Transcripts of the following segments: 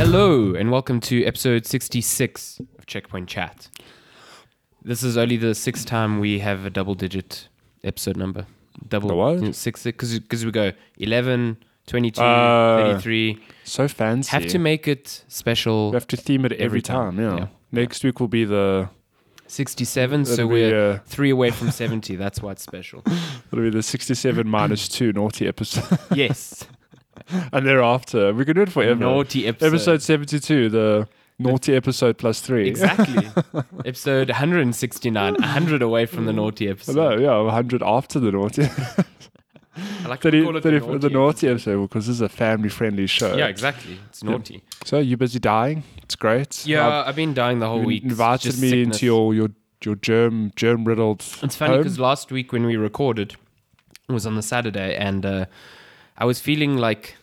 Hello, and welcome to episode 66 of Checkpoint Chat. This is only the sixth time we have a double digit episode number. Double The what? yeah, Six, because we go 11, 22, Ah. 33. So fancy. Have to make it special. We have to theme it every, every time, time. yeah. yeah. Next week will be the 67, so it'll be, we're uh, three away from 70. That's why it's special. it'll be the sixty-seven minus two naughty episode, Yes. and thereafter we can do it forever. Naughty episode. episode seventy-two, the naughty episode plus three. Exactly. episode 169, 100 away from the naughty episode. No, yeah, hundred after the naughty. I like to 30, call it 30 the naughty. the naughty episode because this is a family-friendly show. Yeah, exactly. It's naughty. So you busy dying? It's great. Yeah, I've- I've, been dying the whole you week. It's invited just me sickness. into your your your germ germ riddled. It's funny because last week when we recorded, it was on the Saturday, and uh, I was feeling like,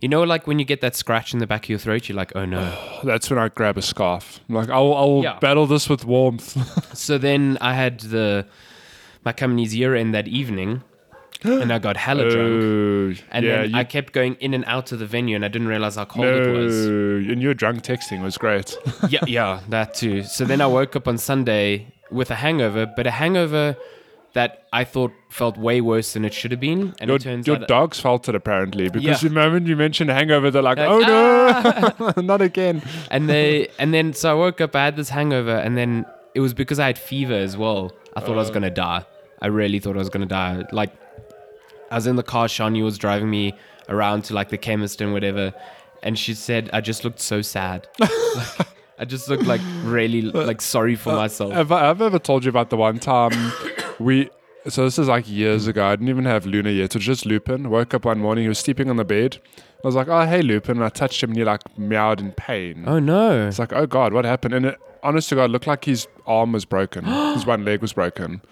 you know, like when you get that scratch in the back of your throat, you're like, oh no. That's when I grab a scarf. I'm like I will, I will Yeah. battle this with warmth. so then I had the my company's year end that evening, and I got hella drunk, Oh, and yeah, then you, I kept going in and out of the venue, and I didn't realize how cold no, it was. and your drunk texting was great. yeah, yeah, that too. So then I woke up on Sunday with a hangover, but a hangover that I thought felt way worse than it should have been. And your it turns your out dogs felt it apparently because Yeah. the moment you mentioned hangover, they're like, Like, "Ah." "Oh no, not again!" and they and then so I woke up, I had this hangover, and then it was because I had fever as well. I thought I was gonna die. I really thought I was gonna die. Like I was in the car, Shani was driving me around to like the chemist and whatever, and she said I just looked so sad. like, I just looked like really like sorry for myself. Have I have I ever told you about the one time we? So this is like years ago. I didn't even have Luna yet. It was just Lupin. Woke up one morning, he was sleeping on the bed. I was like, "Oh hey, Lupin!" And I touched him, and he like meowed in pain. oh no. It's like, oh God, what happened? And it, honest to God, it looked like his arm was broken. his one leg was broken.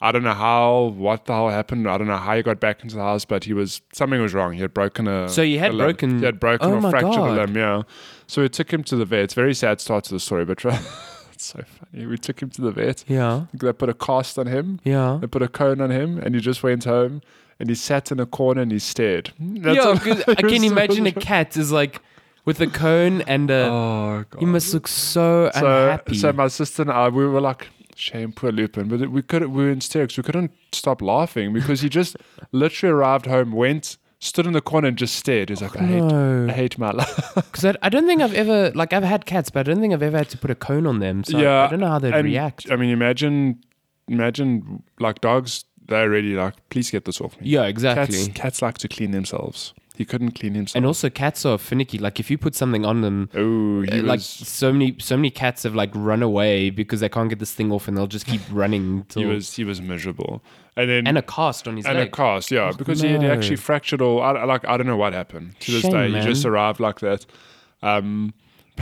I don't know how, what the hell happened. I don't know how he got back into the house, but he was, something was wrong. He had broken a. So he had a limb. broken- He had broken Oh or my fractured God. a limb, yeah. So we took him to the vet. It's a very sad start to the story, but it's so funny. We took him to the vet. Yeah. They put a cast on him. Yeah. They put a cone on him, and he just went home and he sat in a corner and he stared. That's yeah, all- 'cause I He was can so- imagine a cat is like with a cone and a. Oh, God. he must look so, so, unhappy. so my sister and I, we were like, shame, poor Lupin. But we couldn't, we were in hysterics. We couldn't stop laughing because he just literally arrived home, went, stood in the corner and just stared. He's like, I no. hate, I hate my life. Because I, I don't think I've ever like I've had cats, but I don't think I've ever had to put a cone on them. So I- I, Yeah, don't know how they'd And, react. I mean, imagine, imagine like dogs, they're already like, please get this off me. Yeah, exactly. Cats, cats like to clean themselves. He couldn't clean And himself. also, cats are finicky. Like if you put something on them, oh, he uh, like was, so many so many cats have like run away because they can't get this thing off, and they'll just keep running. Till, he was, he was miserable. And then and a cast on his And leg. a cast, yeah, because he had oh, No. actually fractured or I, I- like I don't know what happened to this Shame, day. man. He just arrived like that. Um,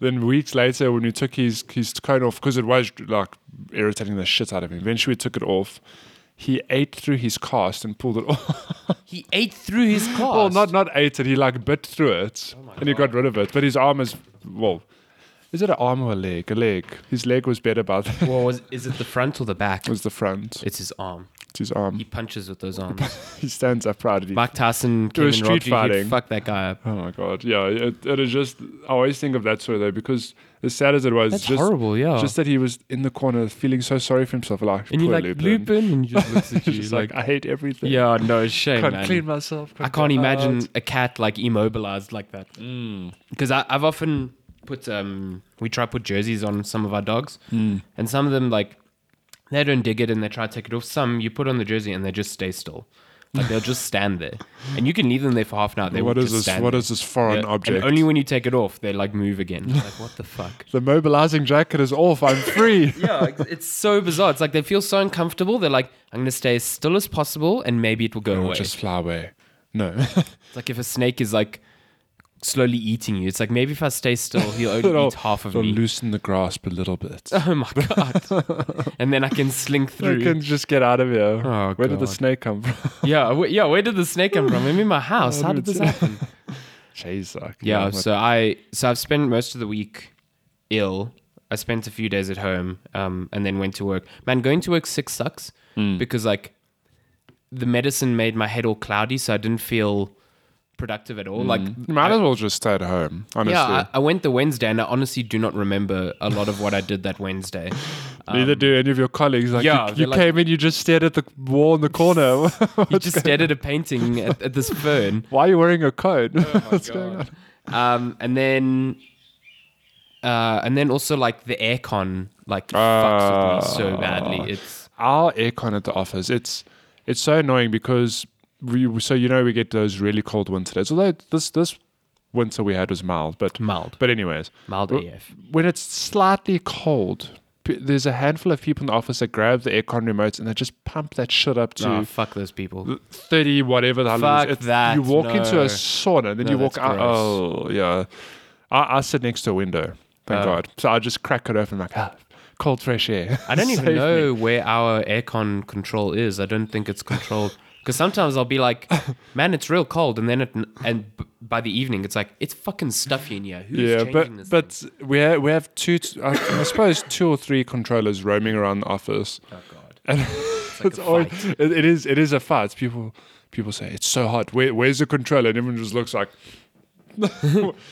then weeks later, when we took his his cone off, because it was like irritating the shit out of him. Eventually, we took it off. He ate through his cast and pulled it off. he ate through his cast. Oh well, not not ate it. He like bit through it, and he got rid of it. But his arm is well. Is it an arm or a leg? A leg. His leg was better, but it Well, was, is it the front or the back? was the front. It's his arm. It's his He arm. punches with those arms. He stands up proudly. Mike Tyson came was and robbed street you. He'd fighting. fuck that guy up. Oh my god, yeah. It, it is just I always think of that story though because as sad as it was, That's just horrible. Yeah. just that he was in the corner feeling so sorry for himself, like and poor you're like Lupin. Lupin. and he just looks at you just like, "Ah, I hate everything. yeah, no shame, can't man. clean myself. I can't imagine a cat like immobilized like that. Mm. Because I I've often put um we try put jerseys on some of our dogs, Mm. and some of them like they don't dig it and they try to take it off. Some you put on the jersey and they just stay still, like they'll just stand there, and you can leave them there for half an hour. They What will is just this? stand What there. is this foreign Yeah, object? And only when you take it off, they like move again. like what the fuck? the mobilizing jacket is off. I'm free. Yeah, it's- it's so bizarre. It's like they feel so uncomfortable. They're like, I'm gonna stay as still as possible, and maybe it will go away. just fly away. No, It's like if a snake is like slowly eating you. It's like maybe if I stay still, he'll only eat half of It'll me. loosen the grasp a little bit. Oh my god! and then I can slink I through. can just get out of here. Oh, Where did the God. snake come from? Yeah, wh- yeah. Where did the snake come from? I'm in my house. How did this happen? Jeez, like, Yeah. I'm like, So I so I've spent most of the week ill. I spent a few days at home, um, and then went to work. Man, going to work sick sucks Hmm. because like the medicine made my head all cloudy, so I didn't feel productive at all. Like Might as well just stay at home, Hmm. honestly. yeah, I, I went the Wednesday and I honestly do not remember a lot of what I did that Wednesday. Neither do any of your colleagues. Um, Like Yeah, you, they're you like- came in, you just stared at the wall in the corner. You just stared at a painting at, at this fern. Why are you wearing a coat? Um, and then, uh, and then also like the aircon like fucks with me so Ah. badly. It's Our aircon at the office, it's it's so annoying because we so you know we get those really cold winter days. Although this this winter we had was mild, but Mild. But anyways, mild w- AF. when it's slightly cold, p- there's a handful of people in the office that grab the aircon remotes and they just pump that shit up to Oh, fuck those people. 30 whatever the hell it is. Fuck It's- that, you walk into no. a sauna then No, you walk that's out oh yeah I, I sit next to a window thank Oh. god so i just crack it open like ah, cold fresh air I don't Save even me. know where our aircon control is. I don't think it's controlled because sometimes I'll be like, "Man, it's real cold," and then it, and b- by the evening it's like it's fucking stuffy in here. Who's yeah changing but this? but we have, we have two t- I, I suppose two or three controllers roaming around the office thing? oh god, and it's like it's a always, fight. it, it is it is a fight It's people people say it's so hot Where, where's the controller and everyone just looks like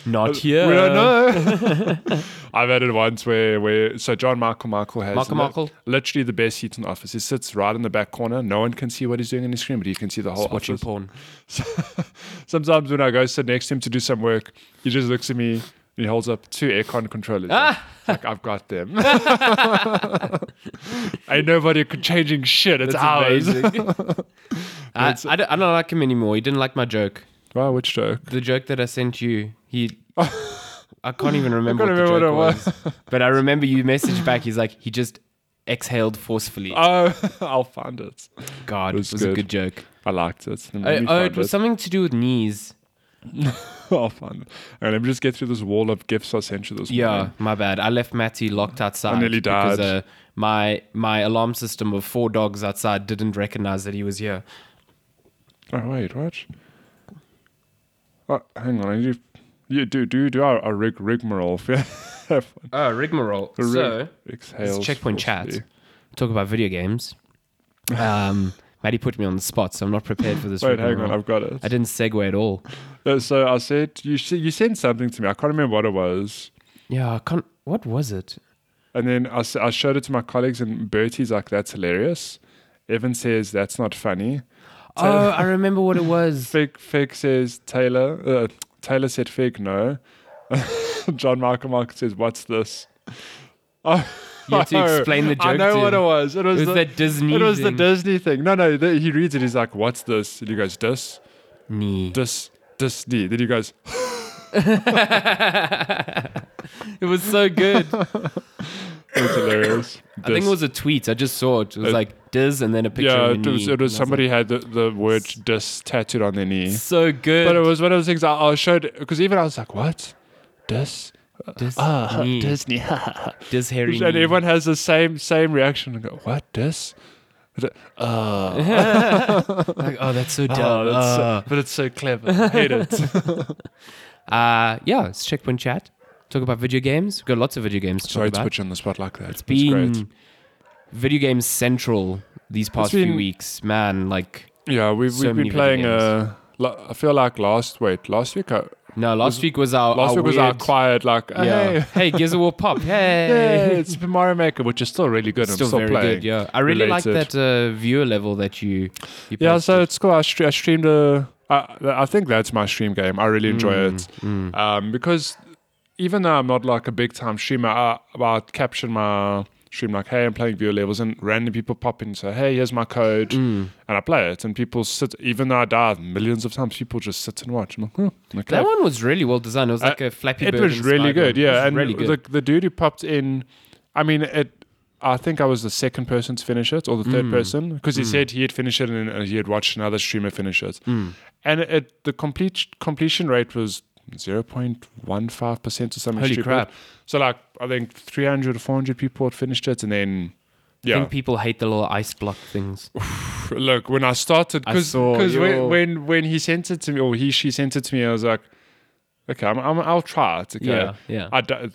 Not here. We don't know. I've had it once where, where so John Michael Michael has Michael li- Michael? literally the best seat in the office. He sits right in the back corner. No one can see what he's doing on his screen, but he can see the whole Watching office. porn. Sometimes when I go sit next to him to do some work, he just looks at me and he holds up two aircon controllers. Ah! Like I've got them. Ain't nobody changing shit. It's ours. amazing. I, Uh, I, don't, I don't like him anymore. He didn't like my joke. Wow, which joke? The joke that I sent you, he. I can't even remember, can't what, the remember what it joke was. But I remember you messaged back. He's like, he just exhaled forcefully. Oh, I'll find it. God, it was, was a good. good joke. I liked it. Let Oh, oh, me find it was something to do with knees. I'll find it. All right, let me just get through this wall of gifts I sent you this Yeah, morning. my bad. I left Matty locked outside. I nearly Because, uh, died. my my alarm system of four dogs outside didn't recognize that he was here. Oh, wait, what? Oh, hang on. I need to, you do do do our, our rig rigmarole. Have fun. Oh, rigmarole. Rig- So exhales it's checkpoint chats. forcefully. Talk about video games. Um, Maddie put me on the spot, so I'm not prepared for this. Wait, written hang on. role. I've got it. I didn't segue at all. Uh, so I said you s- you sent something to me. I can't remember what it was. Yeah, I can't. What was it? And then I, s- I showed it to my colleagues, and Bertie's like, "That's hilarious." Evan says, "That's not funny." Oh, I remember what it was. Fig Fig says Taylor. Uh, Taylor said Fig no. John Michael Mark says what's this? Oh, You had to explain the I joke know to what it him. was. It was, It was the, that Disney It was the thing. Disney thing. No, no. The, he reads it. He's like, "What's this?" And he goes, "Dis, Knee. dis, Disney." Then he goes, It was so good. "It's hilarious." I think it was a tweet. I just saw it. It was like Diz and then a picture Uh, of Yeah, a it was, knee. it was And I somebody had the, the word "dis" tattooed on their knee. like, so good. But it was one of those things I, I showed because even I was like, "What, dis?" Diz, Ah, knee. Diz, Disney. Harry. and knee. everyone has the same same reaction and go, "What this?" But, uh, Like, oh, that's so dumb. oh, that's so- uh. but it's so clever. I hate it. Uh, yeah, it's checkpoint chat. Talk about video games. We've got lots of video games to Sorry talk to about. put you on the spot like that. It's great. Been video games central these past few been- weeks, man. Like Yeah, we've so we've many been video playing. games. Uh, la- I feel like last wait last week. I, no, last week was our last our week was our weird- quiet like. Yeah. uh, Hey. hey, Gears of War Pop. Hey. Yeah, it's Super Mario Maker, which is still really good. It's I'm still, still very playing. good. Yeah, I really like related. that uh, viewer level that you. you Yeah, so posted. it's cool. I, stre- I streamed a. I, I think that's my stream game. I really enjoy it Mm. um, because even though I'm not like a big time streamer, I, I capture my stream like, hey, I'm playing viewer levels, and random people pop in and say, hey, here's my code, Mm. and I play it, and people sit. Even though I die millions of times, people just sit and watch. I'm like, "Hmm, okay." that one was really well designed. It was like a Flappy Uh, it Bird. was really inspired good. one. It Yeah, was and really good. the the dude who popped in, I mean it. I think I was the second person to finish it, or the Mm. third person, because he said he had finished it and uh, he had watched another streamer finish it, Hmm. and it, it- the complete completion rate was zero point one five percent or something. Holy stupid. crap. So like I think 300 or 400 people had finished it, and then yeah, I think people hate the little ice block things. look when I started I because saw your- when, when when he sent it to me or he she sent it to me I was like okay I'm, I'm I'll try it okay Yeah, yeah. I di-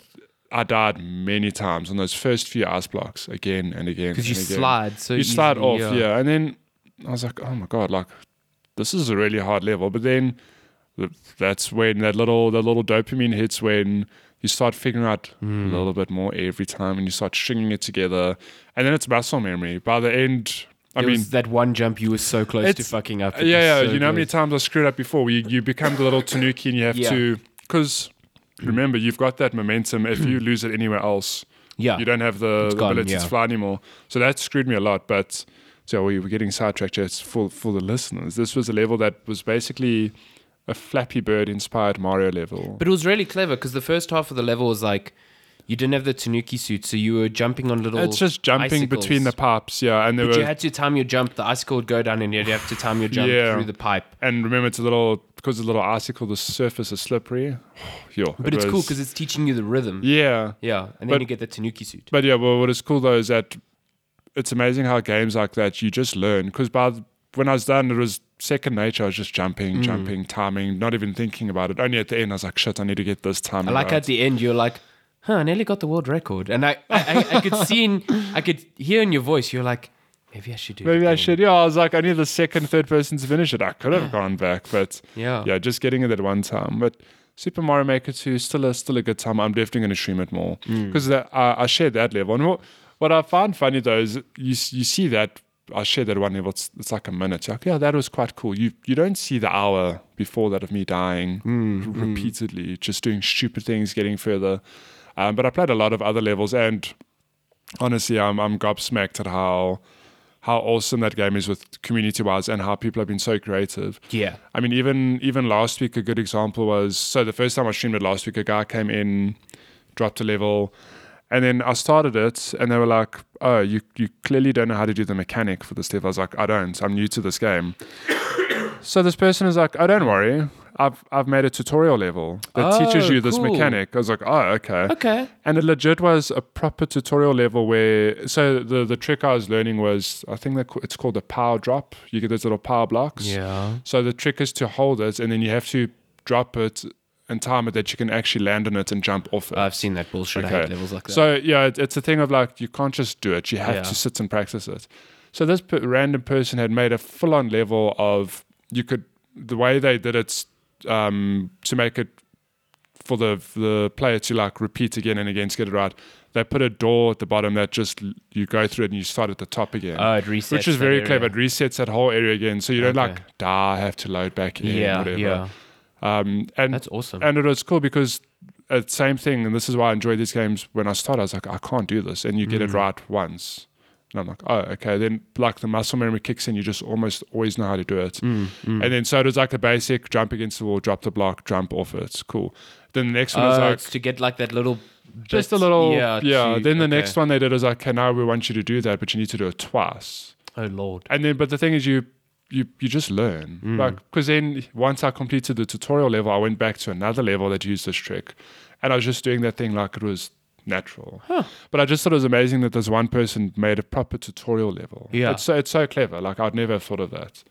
I died many times on those first few ice blocks again and again Because you and again. slide so you slide easily, off yeah. and then I was like oh my god like this is a really hard level but then th- that's when that little that little dopamine hits when you start figuring out a Hmm. little bit more every time and you start stringing it together and then it's muscle memory by the end i it mean was that one jump you were so close to It's- fucking up. It yeah, yeah. was so you know how many close. times I screwed up before? You you become the little tanuki and you have Yeah. Hmm. to because remember you've got that momentum. If you lose it anywhere else, Yeah. you don't have the, the gone, ability yeah. to fly anymore. So that screwed me a lot. But so we were getting sidetracked. Just for for the listeners, this was a level that was basically a Flappy Bird inspired Mario level. But it was really clever because the first half of the level was like you didn't have the Tanuki suit, so you were jumping on little. it's just jumping icicles. between the pipes, yeah. And there But were you had to time your jump. The icicle would go down, and you'd have to time your jump Yeah. through the pipe. and remember it's a little because it's a little icicle. The surface is slippery. Yo, But it's cool because it's teaching you the rhythm. Yeah, yeah. and then But- you get the Tanuki suit. But yeah, well, what is cool though is that it's amazing how games like that you just learn because by the, when I was done, it was second nature. I was just Mm. jumping, jumping, timing, not even thinking about it. Only at the end, I was like, shit, I need to get this time. I like at the end you're like, huh, I nearly got the world record, and I I, I, I could see in I could hear in your voice you're like, maybe I should do. it Maybe I again." should. Yeah, I was like, I need the second, third person to finish it. I could have gone back, but Yeah. yeah, just getting it at one time. But Super Mario Maker 2 is still a, still a good time. I'm definitely going to stream it more because I, I shared that level. And what, what I find funny though is you s- you see that I shared that one level. It's, it's like a minute. You're like, yeah, that was quite cool. You you don't see the hour before that of me dying r- repeatedly, just doing stupid things, getting further. Um, but I played a lot of other levels and honestly, I'm I'm gobsmacked at how how awesome that game is with community wise and how people have been so creative. Yeah. I mean, even even last week, a good example was so the first time I streamed it last week, a guy came in, dropped a level, and then I started it, and they were like, "Oh, you you clearly don't know how to do the mechanic for this level." I was like, "I don't. I'm new to this game." so this person is like, "Oh, don't worry." I've, I've made a tutorial level that teaches Oh, you this cool. mechanic. I was like, oh, okay. Okay. And it legit was a proper tutorial level where. So the the trick I was learning was I think that ca- it's called a power drop. You get those little power blocks. Yeah. So the trick is to hold it, and then you have to drop it and time it that you can actually land on it and jump off it. I've seen that bullshit. I hate levels like that. So yeah, it, it's a thing of like you can't just do it. You have Yeah. to sit and practice it. So this per- random person had made a full-on level of you could the way they did it um, to make it for the the player to like repeat again and again to get it right. They put a door at the bottom that just l- you go through it and you start at the top again. Oh, it resets. which is that very area. clever. It resets that whole area again, so you don't Okay. like, "Dah, I have to load back in." Yeah, whatever. yeah. Um, and That's awesome. and it was cool because uh, same thing, and this is why I enjoy these games. When I started, I was like, I can't do this, and you get it Mm. right once, and I'm like, oh, okay. Then like the muscle memory kicks in, you just almost always know how to do it. Mm, And then so it was like the basic: jump against the wall, drop the block, jump off it. It's cool. Then the next one Oh, was like it's to get like that little. just a bit- little, yeah. Yeah. to- then the okay. next one they did was like, okay, now we want you to do that, but you need to do it twice Oh lord. and then but the thing is you you you just learn Mm. like because then once i completed the tutorial level i went back to another level that used this trick and i was just doing that thing like it was natural but i just thought it was amazing that this one person made a proper tutorial level Yeah. it's so it's so clever like i'd never have thought of that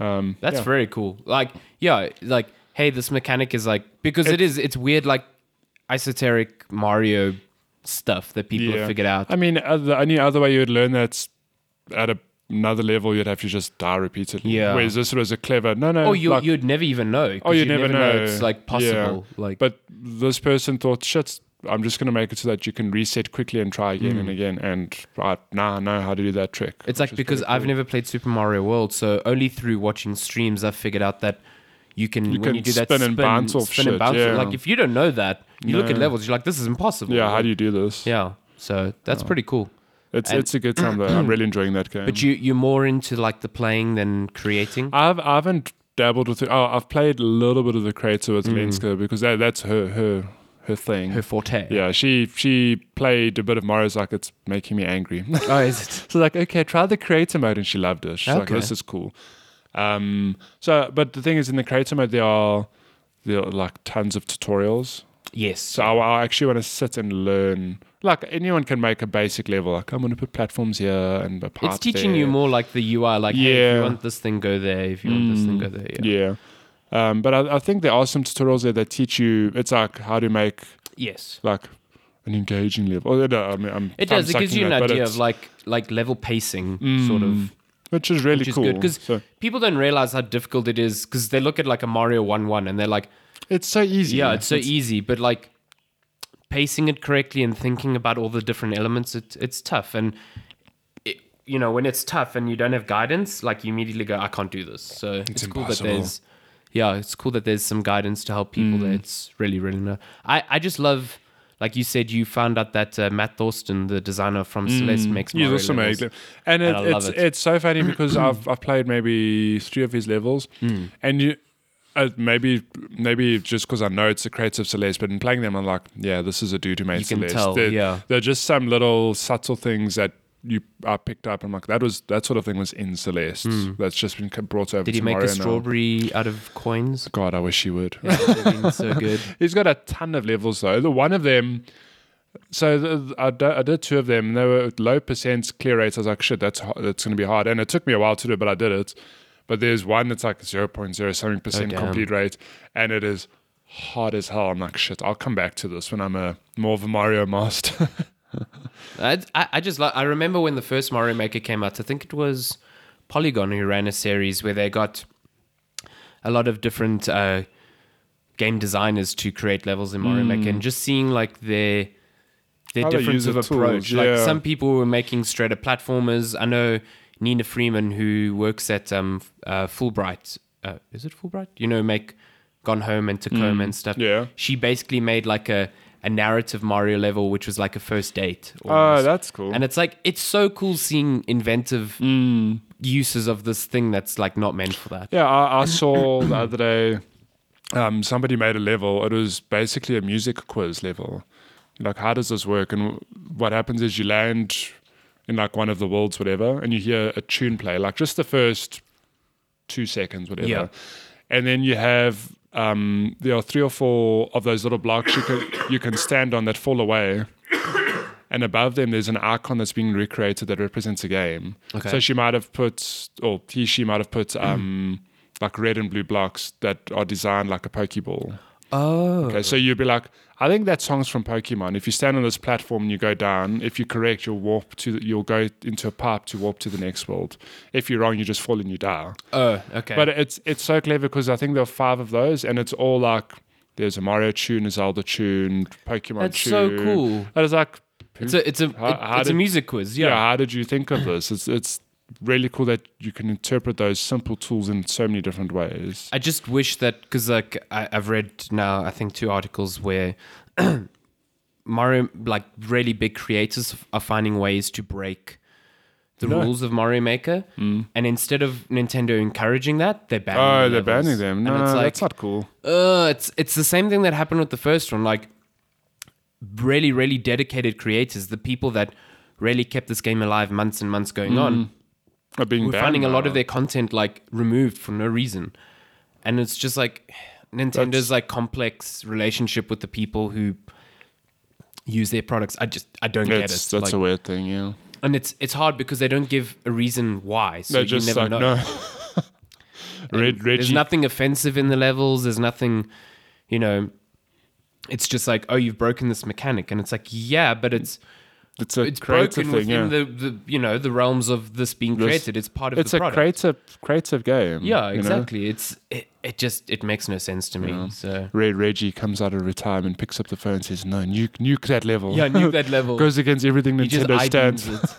um That's yeah. very cool. Like, yeah, like, hey, this mechanic is like because it is. It's weird, like, esoteric Mario stuff that people Yeah. have figured out. i mean uh, the only other way you would learn that's at a, another level you'd have to just die repeatedly Yeah. whereas this was a clever no no Or Oh, you, like- you'd never even know. 'cause Oh, you never know. It's like possible. Like, but this person thought, shit, I'm just gonna make it so that you can reset quickly and try again and again. And I now I know how to do that trick. Mm. it's like because I've never played Super Mario World, so only through watching streams I've figured out that you can when can you do that spin and bounce off spin shit, and bounce. yeah. Like if you don't know that, you look at levels, you're like, this is impossible. yeah, how do you Oh. do this? Yeah. So that's pretty cool. It's And- it's a good time though. I'm really enjoying that game. But you you're more into like the playing than creating. I've I haven't dabbled with it. Oh, I've played a little bit of the creator with Lenska because that that's her her her thing. Mm. Her forte. yeah, she she played a bit of Mario's like it's making me angry. Oh, is it? So like, okay, try the creator mode, and she loved it. She's like, Okay. this is cool. Um, so, but the thing is, in the creator mode, there are there are like tons of tutorials. Yes. So I, I actually want to sit and learn. Like anyone can make a basic level. Like I'm going to put platforms here and a pipe it's teaching there. you more like the UI, like hey, if Yeah. you want this thing, go there. If you want this thing, go there. Yeah. Mm. Yeah. Um, but I, I think there are some tutorials there that teach you. It's like how to make Yes. like an engaging level. Oh, no, I mean, I'm It does. It gives tongue-sucking you an that, but idea it's- Mm. of like like level pacing, sort of. which is really which is cool. good because So, people don't realize how difficult it is because they look at like a Mario one one and they're like, it's so easy. yeah, it's so easy, but like pacing it correctly and thinking about all the different elements, it, it's tough. And it, you know, when it's tough and you don't have guidance, like you immediately go, I can't do this. So it's, cool that impossible. there's, yeah, it's cool that there's some guidance to help people. Mm. That it's really, really no. I, I just love, like you said, you found out that uh, Matt Thorston, the designer from Celeste, makes Mm. He's Mario also levels. made, and, it, I love it's it. it's so funny because I've I've played maybe three of his levels, Mm. and you. Uh, maybe, maybe just because I know it's a creative Celeste, but in playing them, I'm like, yeah, this is a dude who made You can Celeste. tell, they're, yeah. they're just some little subtle things that you I picked up. I'm like, that was that sort of thing was in Celeste. That's just been c- brought over. Mm. Did to he make Mario a now. strawberry out of coins? God, I wish he would. It's so good. He's got a ton of levels though. The one of them, so the, I, do- I did two of them. They were low percent clear rates. I was like, shit, that's ho- that's gonna be hard. And it took me a while to do, it, but I did it. But there's one that's like 0.0 something percent Oh, damn. complete rate, and it is hard as hell. I'm like, shit, I'll come back to this when I'm a more of a Mario master. I, I I just like I remember when the first Mario Maker came out. I think it was Polygon who ran a series where they got a lot of different uh, game designers to create levels in Mario Maker, and just seeing like their their Mm. How they difference use of the tools, approach. Like yeah. some people were making straight up platformers. I know Nina Freeman who works at um uh, Fulbright. Uh, is it Fulbright? You know, make Gone Home and Tacoma and stuff. Mm. yeah. She basically made like a a narrative Mario level, which was like a first date. oh, almost. that's cool. Mm. And mm, it's like it's so cool seeing inventive uses of this thing that's like not meant for that. Yeah, I, I saw the other day um, somebody made a level. It was basically a music quiz level. Like, how does this work? And what happens is you land in like one of the worlds, whatever, and you hear a tune play, like just the first two seconds, whatever. Yeah. And then you have um, there are three or four of those little blocks you can you can stand on that fall away. And above them, there's an icon that's being recreated that represents a game. Okay. So she might have put, or he, she might have put, um, like red and blue blocks that are designed like a Pokeball. Oh, Okay, so you'd be like, I think that song's from Pokemon. If you stand on this platform and you go down, if you're correct, you'll warp to, the, you'll go into a pipe to warp to the next world. If you're wrong, you just fall and you die. oh, okay. But it's it's so clever because I think there are five of those, and it's all like there's a Mario tune, a Zelda tune, Pokemon That's tune. so cool. And it's like, it's a it's a How- it- how it's a did- music quiz. yeah. Yeah. how did you think of this? It's it's really cool that you can interpret those simple tools in so many different ways. I just wish that because like I, I've read now I think two articles where Mario like really big creators are finding ways to break the rules of Mario Maker, and instead of Nintendo encouraging that, they're banning. Mm. Oh, the they're levels. banning them. And No, it's like, that's not cool. uh, it's it's the same thing that happened with the first one. Like really, really dedicated creators, the people that really kept this game alive months and months going on. Mm, Are being We're banned finding a lot now. of their content like removed for no reason, and it's just like Nintendo's like complex relationship with the people who use their products. I just I don't get it. That's, that's Like, a weird thing, yeah. and it's it's hard because they don't give a reason why. So They're you just never like, know. no. Red, There's Reggie, nothing offensive in the levels. There's nothing, you know. It's just like, oh, you've broken this mechanic, and it's like, yeah, but it's it's a it's creative broken thing, yeah. within the, the you know the realms of this being created. It's part of it's the a product. creative, creative game. yeah, you know? exactly. It's it, it just it makes no sense to me. So Red Reggie comes out of retirement, picks up the phone, and says, "No, nuke, nuke that level." yeah, nuke that level. Goes against everything he just Nintendo stands. iTunes it.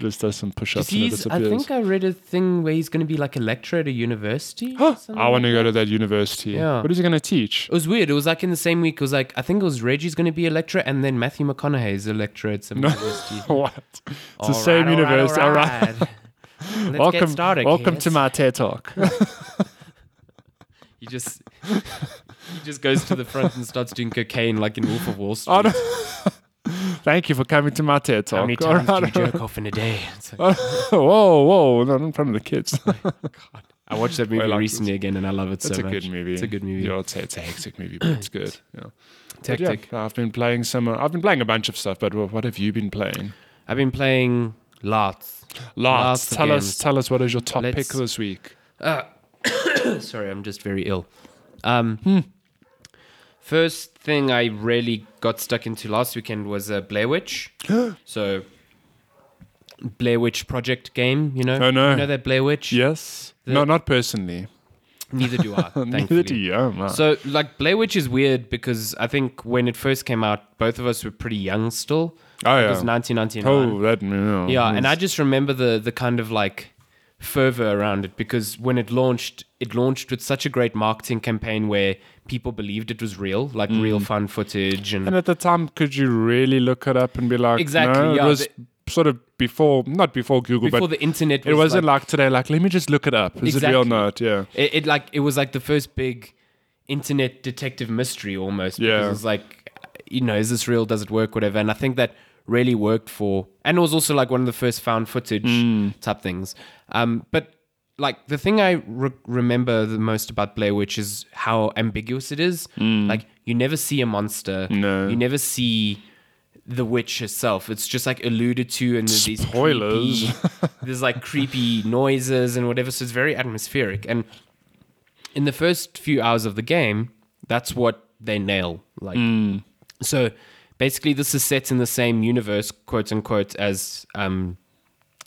Just does some push-ups and it He's, I disappears. think I read a thing where he's going to be like a lecturer at a university. Oh, or something I want like to go to that university. Yeah. What is he going to teach? It was weird. It was like in the same week. It was like I think it was Reggie's going to be a lecturer, and then Matthew McConaughey is a lecturer at some university. It's what? It's the same university. All right. Let's Welcome, get started. welcome kids. to my TED talk. He just he just goes to the front and starts doing cocaine like in Wolf of Wall Street. Oh, no. Thank you for coming to my TED talk. How many All times do you right. jerk off in a day? It's like- whoa, whoa! Not in front of the kids. I watched that movie Well, like, recently again, and I love it It's so a much. good movie. It's a good movie. Yeah, it's, it's a hectic movie, but it's good. Yeah. But yeah, Tactic. I've been playing some. uh, I've been playing a bunch of stuff, but what have you been playing? I've been playing lots. Lots. of Tell us. games. Tell us what is your top pick Let's- this week? Uh, Sorry, I'm just very ill. Um, First thing I really got stuck into last weekend was uh, Blair Witch. so Blair Witch Project game, you know? Oh, no. You know that Blair Witch? Yes. no, not personally. Neither do I. Neither thankfully. do you. Oh, my. So, like, Blair Witch is weird because I think when it first came out, both of us were pretty young still. Oh, It yeah. was 1999. oh, that. No, yeah, and I just remember the the kind of like fervor around it because when it launched, it launched with such a great marketing campaign where people believed it was real, like Mm. real fun footage and And at the time, could you really look it up and be like, Exactly, No, yeah, it was the- sort of before, not before Google, before but the internet was it wasn't like, today. Like, let me just look it up. Is it real or Exactly. not? Yeah. It, it like it was like the first big internet detective mystery almost. Yeah. Because it's like, you know, is this real? Does it work? Whatever. And I think that really worked for, and it was also like one of the first found footage Mm. type things. Um, but like the thing I re- remember the most about Blair Witch is how ambiguous it is. Like you never see a monster. Mm. No. You never see the witch herself. It's just like alluded to, and there's these Spoilers. creepy- there's like creepy noises and whatever. So it's very atmospheric. And in the first few hours of the game, that's what they nail. Like, Hmm. so basically, this is set in the same universe, quote unquote, as um,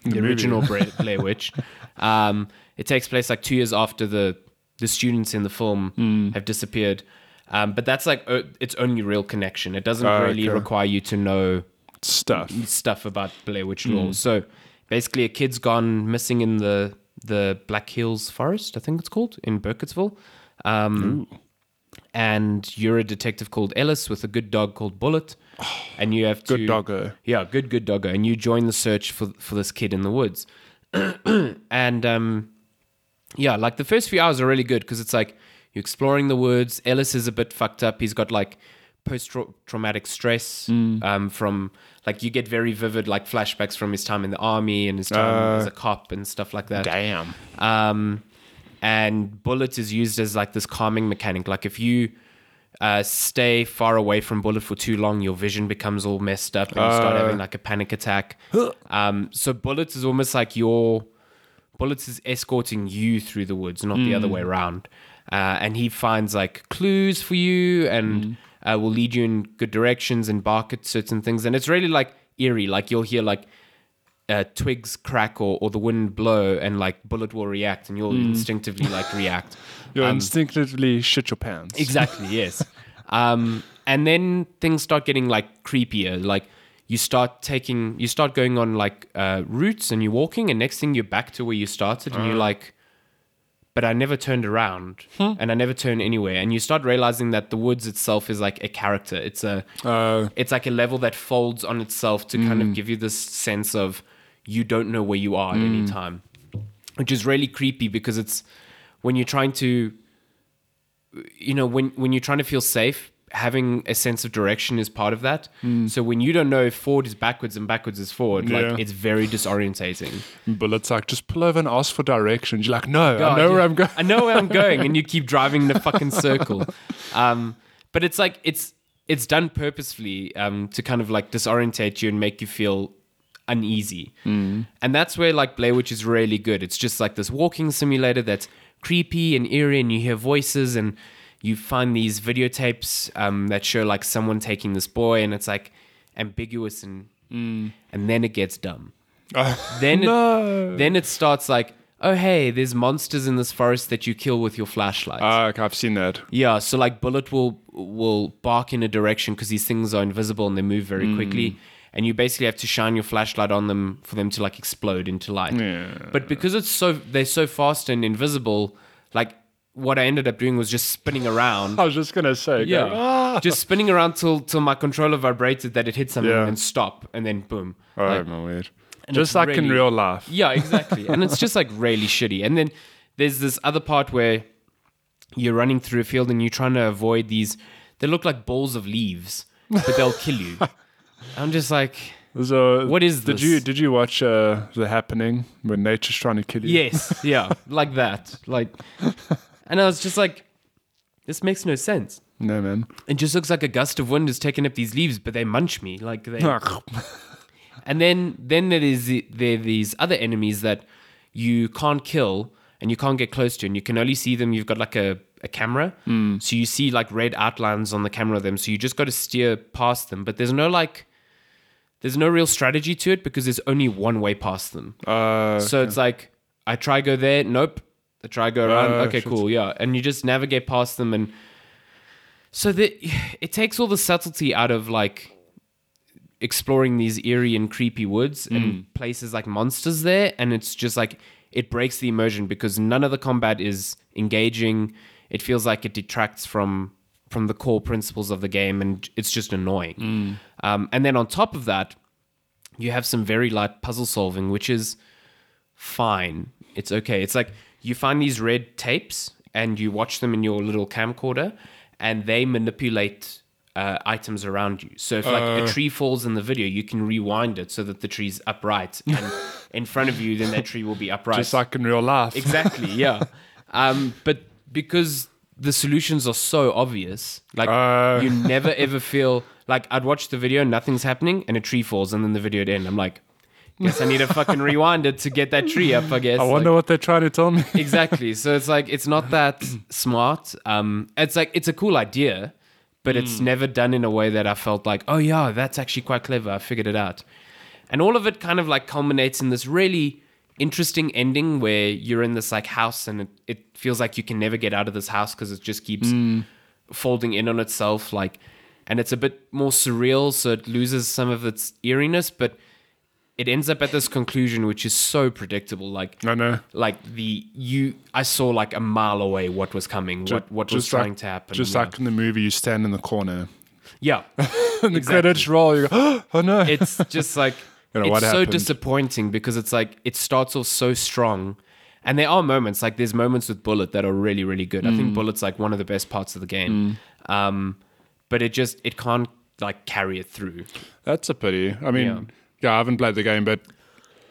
the, movie. original Bla- Blair Witch. Um, it takes place like two years after the the students in the film Hmm. have disappeared. Um, but that's like o its only real connection. It doesn't Ah, really okay. require you to know Stuff. stuff about Blair Witch law. So basically, a kid's gone missing in the the Black Hills Forest, I think it's called, in Burkittsville. Um, and you're a detective called Ellis with a good dog called Bullet, and you have to Good doggo. yeah, good good doggo, and you join the search for for this kid in the woods, and um, yeah, like the first few hours are really good because it's like you're exploring the woods. Ellis is a bit fucked up. He's got like post traumatic stress Mm. um, from like you get very vivid like flashbacks from his time in the army and his Uh. time as a cop and stuff like that. Damn. Um, and bullet is used as like this calming mechanic. Like if you uh, stay far away from bullet for too long, your vision becomes all messed up and you start having like a panic attack. Um, so bullet is almost like your bullets is escorting you through the woods, not the other way around. Uh, and he finds like clues for you and uh, will lead you in good directions and bark at certain things. And it's really like eerie. Like you'll hear like uh, twigs crack or, or the wind blow and like bullet will react and you'll instinctively like react. You Um, instinctively shit your pants. Exactly, yes. Um, and then things start getting like creepier. Like you start taking, you start going on like uh, routes and you're walking, and next thing you're back to where you started, and you're like, but I never turned around and I never turn anywhere. And you start realizing that the woods itself is like a character. It's a, Uh, it's like a level that folds on itself to kind of give you this sense of you don't know where you are at any time, which is really creepy because it's when you're trying to, you know, when when you're trying to feel safe, having a sense of direction is part of that. So when you don't know if forward is backwards and backwards is forward, Yeah. like it's very disorientating. bullets like just pull over and ask for directions. You're like, no, Oh, I God, know where yeah. I'm going. I know where I'm going, and you keep driving in a fucking circle. Um, but it's like it's it's done purposefully um, to kind of like disorientate you and make you feel uneasy. Mm. And that's where like Blair Witch is really good. It's just like this walking simulator that's creepy and eerie, and you hear voices and you find these videotapes um, that show like someone taking this boy, and it's like ambiguous and Mm. and then it gets dumb. Then it- no. then it starts like, oh hey, there's monsters in this forest that you kill with your flashlight. Ah, okay, I've seen that. yeah, so like Bullet will will bark in a direction because these things are invisible and they move very Mm. quickly, and you basically have to shine your flashlight on them for them to like explode into light. Yeah. But because it's so they're so fast and invisible, like what I ended up doing was just spinning around. I was just gonna say, Yeah. yeah. ah. Just spinning around till till my controller vibrated that it hit something Yeah. and stop and then boom. Oh Like, my word! and it's Just like in really- real life. Yeah, exactly. and it's just like really shitty. And then there's this other part where you're running through a field and you're trying to avoid these. They look like balls of leaves, but they'll kill you. I'm just like, So What is Did this? you did you watch uh, the happening when nature's trying to kill you? yes, yeah, like that, like. And I was just like, this makes no sense. No man. It just looks like a gust of wind is taking up these leaves, but they munch me. Like they, Uh, And then then there is the- there are these other enemies that you can't kill and you can't get close to, and you can only see them. You've got like a, a camera, so you see like red outlines on the camera of them. So you just got to steer past them, but there's no like there's no real strategy to it because there's only one way past them. Uh, So it's like I try go there, nope. I try go around, Uh, okay, shit. cool, yeah, and you just navigate past them, and so that it takes all the subtlety out of like exploring these eerie and creepy woods and places like monsters there, and it's just like it breaks the immersion because none of the combat is engaging. It feels like it detracts from from the core principles of the game, and it's just annoying. Um, and then on top of that, you have some very light puzzle solving, which is fine. It's okay. It's like you find these red tapes and you watch them in your little camcorder, and they manipulate uh, items around you. So if like Uh. a tree falls in the video, you can rewind it so that the tree's upright, and in front of you, then that tree will be upright. just like in real life. exactly, yeah. Um, but because the solutions are so obvious, like Oh. you never ever feel like I'd watch the video, nothing's happening, and a tree falls, and then the video would end. I'm like, guess I need to fucking rewind it to get that tree up. I guess. I wonder what they're trying to tell me. exactly. So it's like it's not that smart. Um, it's like it's a cool idea, but it's never done in a way that I felt like, oh yeah, that's actually quite clever. I figured it out, and all of it kind of like culminates in this really interesting ending where you're in this like house and it, it feels like you can never get out of this house because it just keeps folding in on itself like and it's a bit more surreal so it loses some of its eeriness but it ends up at this conclusion which is so predictable like I know. like the you i saw like a mile away what was coming what what was like- trying to happen Just yeah. like in the movie, you stand in the corner. yeah And the Exactly. credits roll. You go, oh no. it's just like You know, it's what so happened? disappointing because it's like it starts off so strong and there are moments like there's moments with bullet that are really really good i Mm. think bullet's like one of the best parts of the game um but it just it can't like carry it through That's a pity. I mean, yeah. I haven't played the game, but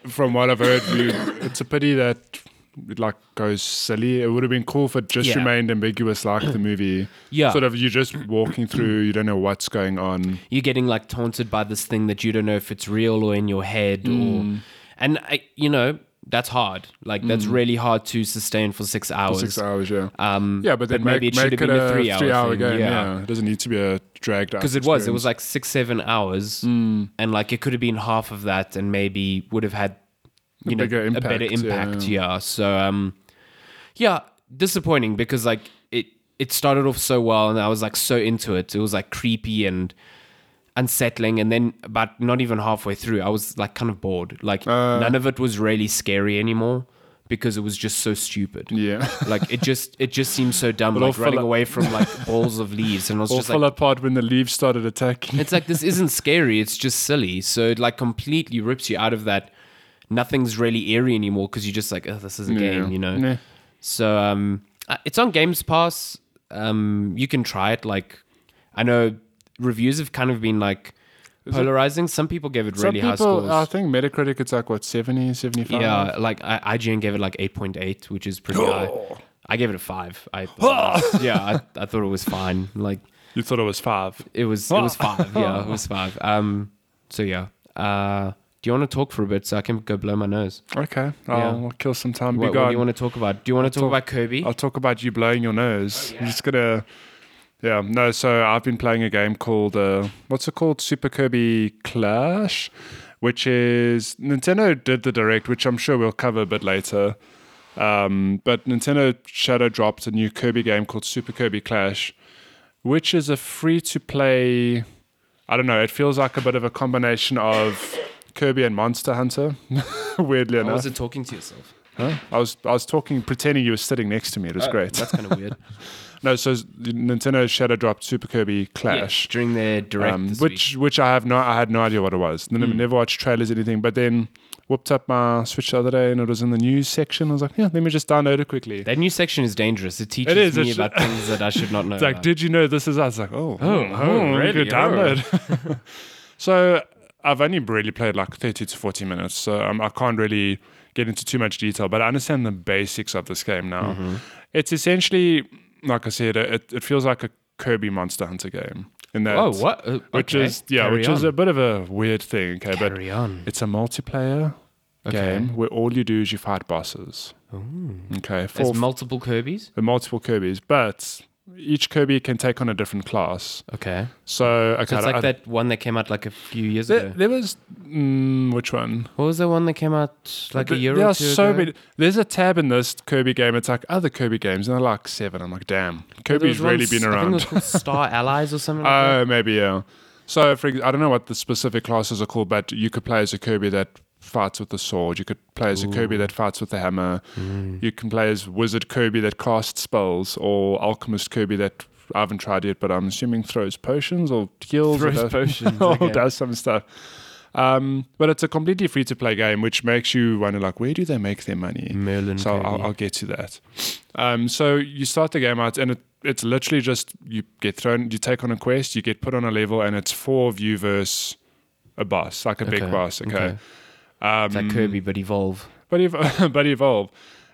from what I've heard, we, it's a pity that it like goes silly. It would have been cool if it just Yeah. remained ambiguous, like the movie. Yeah. Sort of, you're just walking through. You don't know what's going on. you're getting like taunted by this thing that you don't know if it's real or in your head Mm. or and I, you know that's hard like that's really hard to sustain for six hours Six hours, yeah. um yeah, but then maybe it make, should make have it been a a three-hour three-hour thing, game. yeah. Yeah. it doesn't need to be a dragged out. because it was it was like six seven hours Mm. and like it could have been half of that and maybe would have had you know bigger a better impact, yeah. impact yeah. so um yeah disappointing because like it it started off so well and i was like so into it it was like creepy and unsettling and then about not even halfway through i was like kind of bored like Uh. none of it was really scary anymore because it was just so stupid Yeah. like it just it just seemed so dumb all like full running of- away from like balls of leaves and i was All just like fell apart when the leaves started attacking. it's like this isn't scary it's just silly so it like completely rips you out of that nothing's really eerie anymore because you're just like oh this is a game you know Nah. so um uh, it's on games pass um you can try it like i know reviews have kind of been like polarizing some people gave it really Some high people, uh, scores I think Metacritic, it's like what 70, 75? yeah like I, ign gave it like 8.8 which is pretty high i gave it a five i yeah I, I thought it was fine like You thought it was five. It was it was five. Yeah, it was five. Um, so yeah. Uh, do you want to talk for a bit so I can go blow my nose? Okay, I'll, I'll kill some time. What, Be what do gone. you want to talk about? Do you want to talk, about Kirby? I'll talk about you blowing your nose. I'm just gonna. Yeah, no. So I've been playing a game called uh, what's it called? Super Kirby Clash, which is Nintendo did the direct, which I'm sure we'll cover a bit later. Um, but Nintendo shadow dropped a new Kirby game called Super Kirby Clash, which is a free to play. I don't know. It feels like a bit of a combination of Kirby and Monster Hunter. Weirdly Or enough, was Oh, it talking to yourself? Huh? I was I was talking, pretending you were sitting next to me. It was great. That's kind of weird. No, so s- Nintendo Shadow dropped Super Kirby yeah, Clash, during their direct um, this week. Hmm. which which I have no I had no idea what it was. Never, never watched trailers anything. But then whooped up my Switch the other day and it was in the news section. I was like, yeah, let me just download it quickly. That new section is dangerous. It teaches is, me it's- about things that I should not know. It's like, about. did you know this is us? Like, oh, oh, oh, really? Good Oh. download. so I've only really played like 30 to 40 minutes, so um, I can't really get into too much detail, but I understand the basics of this game now. Mm-hmm. It's essentially, like I said, it, it feels like a Kirby Monster Hunter game. In that, oh, what? Uh, Which okay. is yeah, Carry which is on. a bit of a weird thing. Okay, but carry on. it's a multiplayer Okay. game where all you do is you fight bosses. Okay, There's four, multiple Kirby's. the multiple Kirby's, but each Kirby can take on a different class. Okay. So, okay, So it's like I- that one that came out like a few years There, ago. there was mm, which one? What was the one that came out like a Th- year there or are two so ago? many. There's a tab in this Kirby game. It's like other Kirby games, and they're like seven. I'm like, damn, There was Kirby's one really s- been I think it around. was called Star Allies or something. Like Oh, maybe yeah. So for ex- I don't know what the specific classes are called, but you could play as a Kirby that fights with the sword. You could play as a Kirby that fights with the hammer. Mm, You can play as Wizard Kirby that casts spells, or Alchemist Kirby that I haven't tried yet, but I'm assuming throws potions or heals or Throws does- potions, or okay. does some stuff. Um, but it's a completely free to play game, which makes you wonder, like, where do they make their money? that. Merlin. so Kirby. I'll, I'll get to that. Um, so you start the game out, and it, it's literally just you get thrown, you take on a quest, you get put on a level, and it's four of you versus a boss, like a big boss. Okay, Um, it's like Kirby but evolve. but ev- but evolve.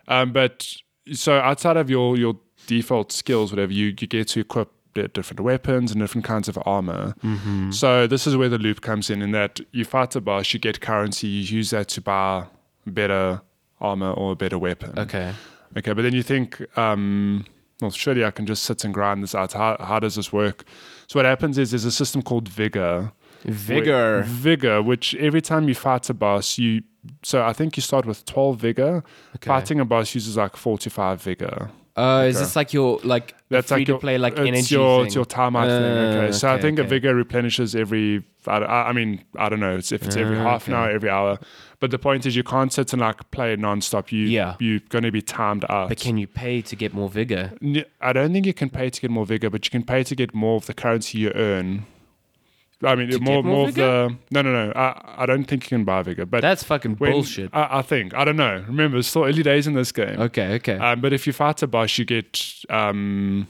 Um, but so outside of your your default skills, whatever you you get to equip di- different weapons and different kinds of armor. Mm-hmm. So this is where the loop comes in. In that you fight a boss, you get currency, you use that to buy better armor or a better weapon. Okay. Okay, but then you think, um, well, surely I can just sit and grind this out. How, how does this work? So what happens is there's a system called Vigor. Vigor. Wh- Vigor, which every time you fight a boss, you... So I think you start with 12 Vigor. Okay. Fighting a boss uses like 45 Vigor. Uh, is this like your like That's free like to your- play like it's energy your, thing? It's your time out thing. Uh, Okay, so I okay, think a okay. Vigor replenishes every... I, I I mean, I don't know. It's, if it's every Uh, half an okay. hour, every hour. But the point is you can't sit and like play non-stop. You, Yeah. You're going to be timed out. But can you pay to get more vigor? N- I don't think you can pay to get more vigor, but you can pay to get more of the currency you earn. I mean, To more, get more more of the. No, no, no. I, I don't think you can buy vigor, but That's fucking when- bullshit. I, I think I don't know. Remember, it's still early days in this game. Okay, okay. Um, but if you fight a boss, you get. Um,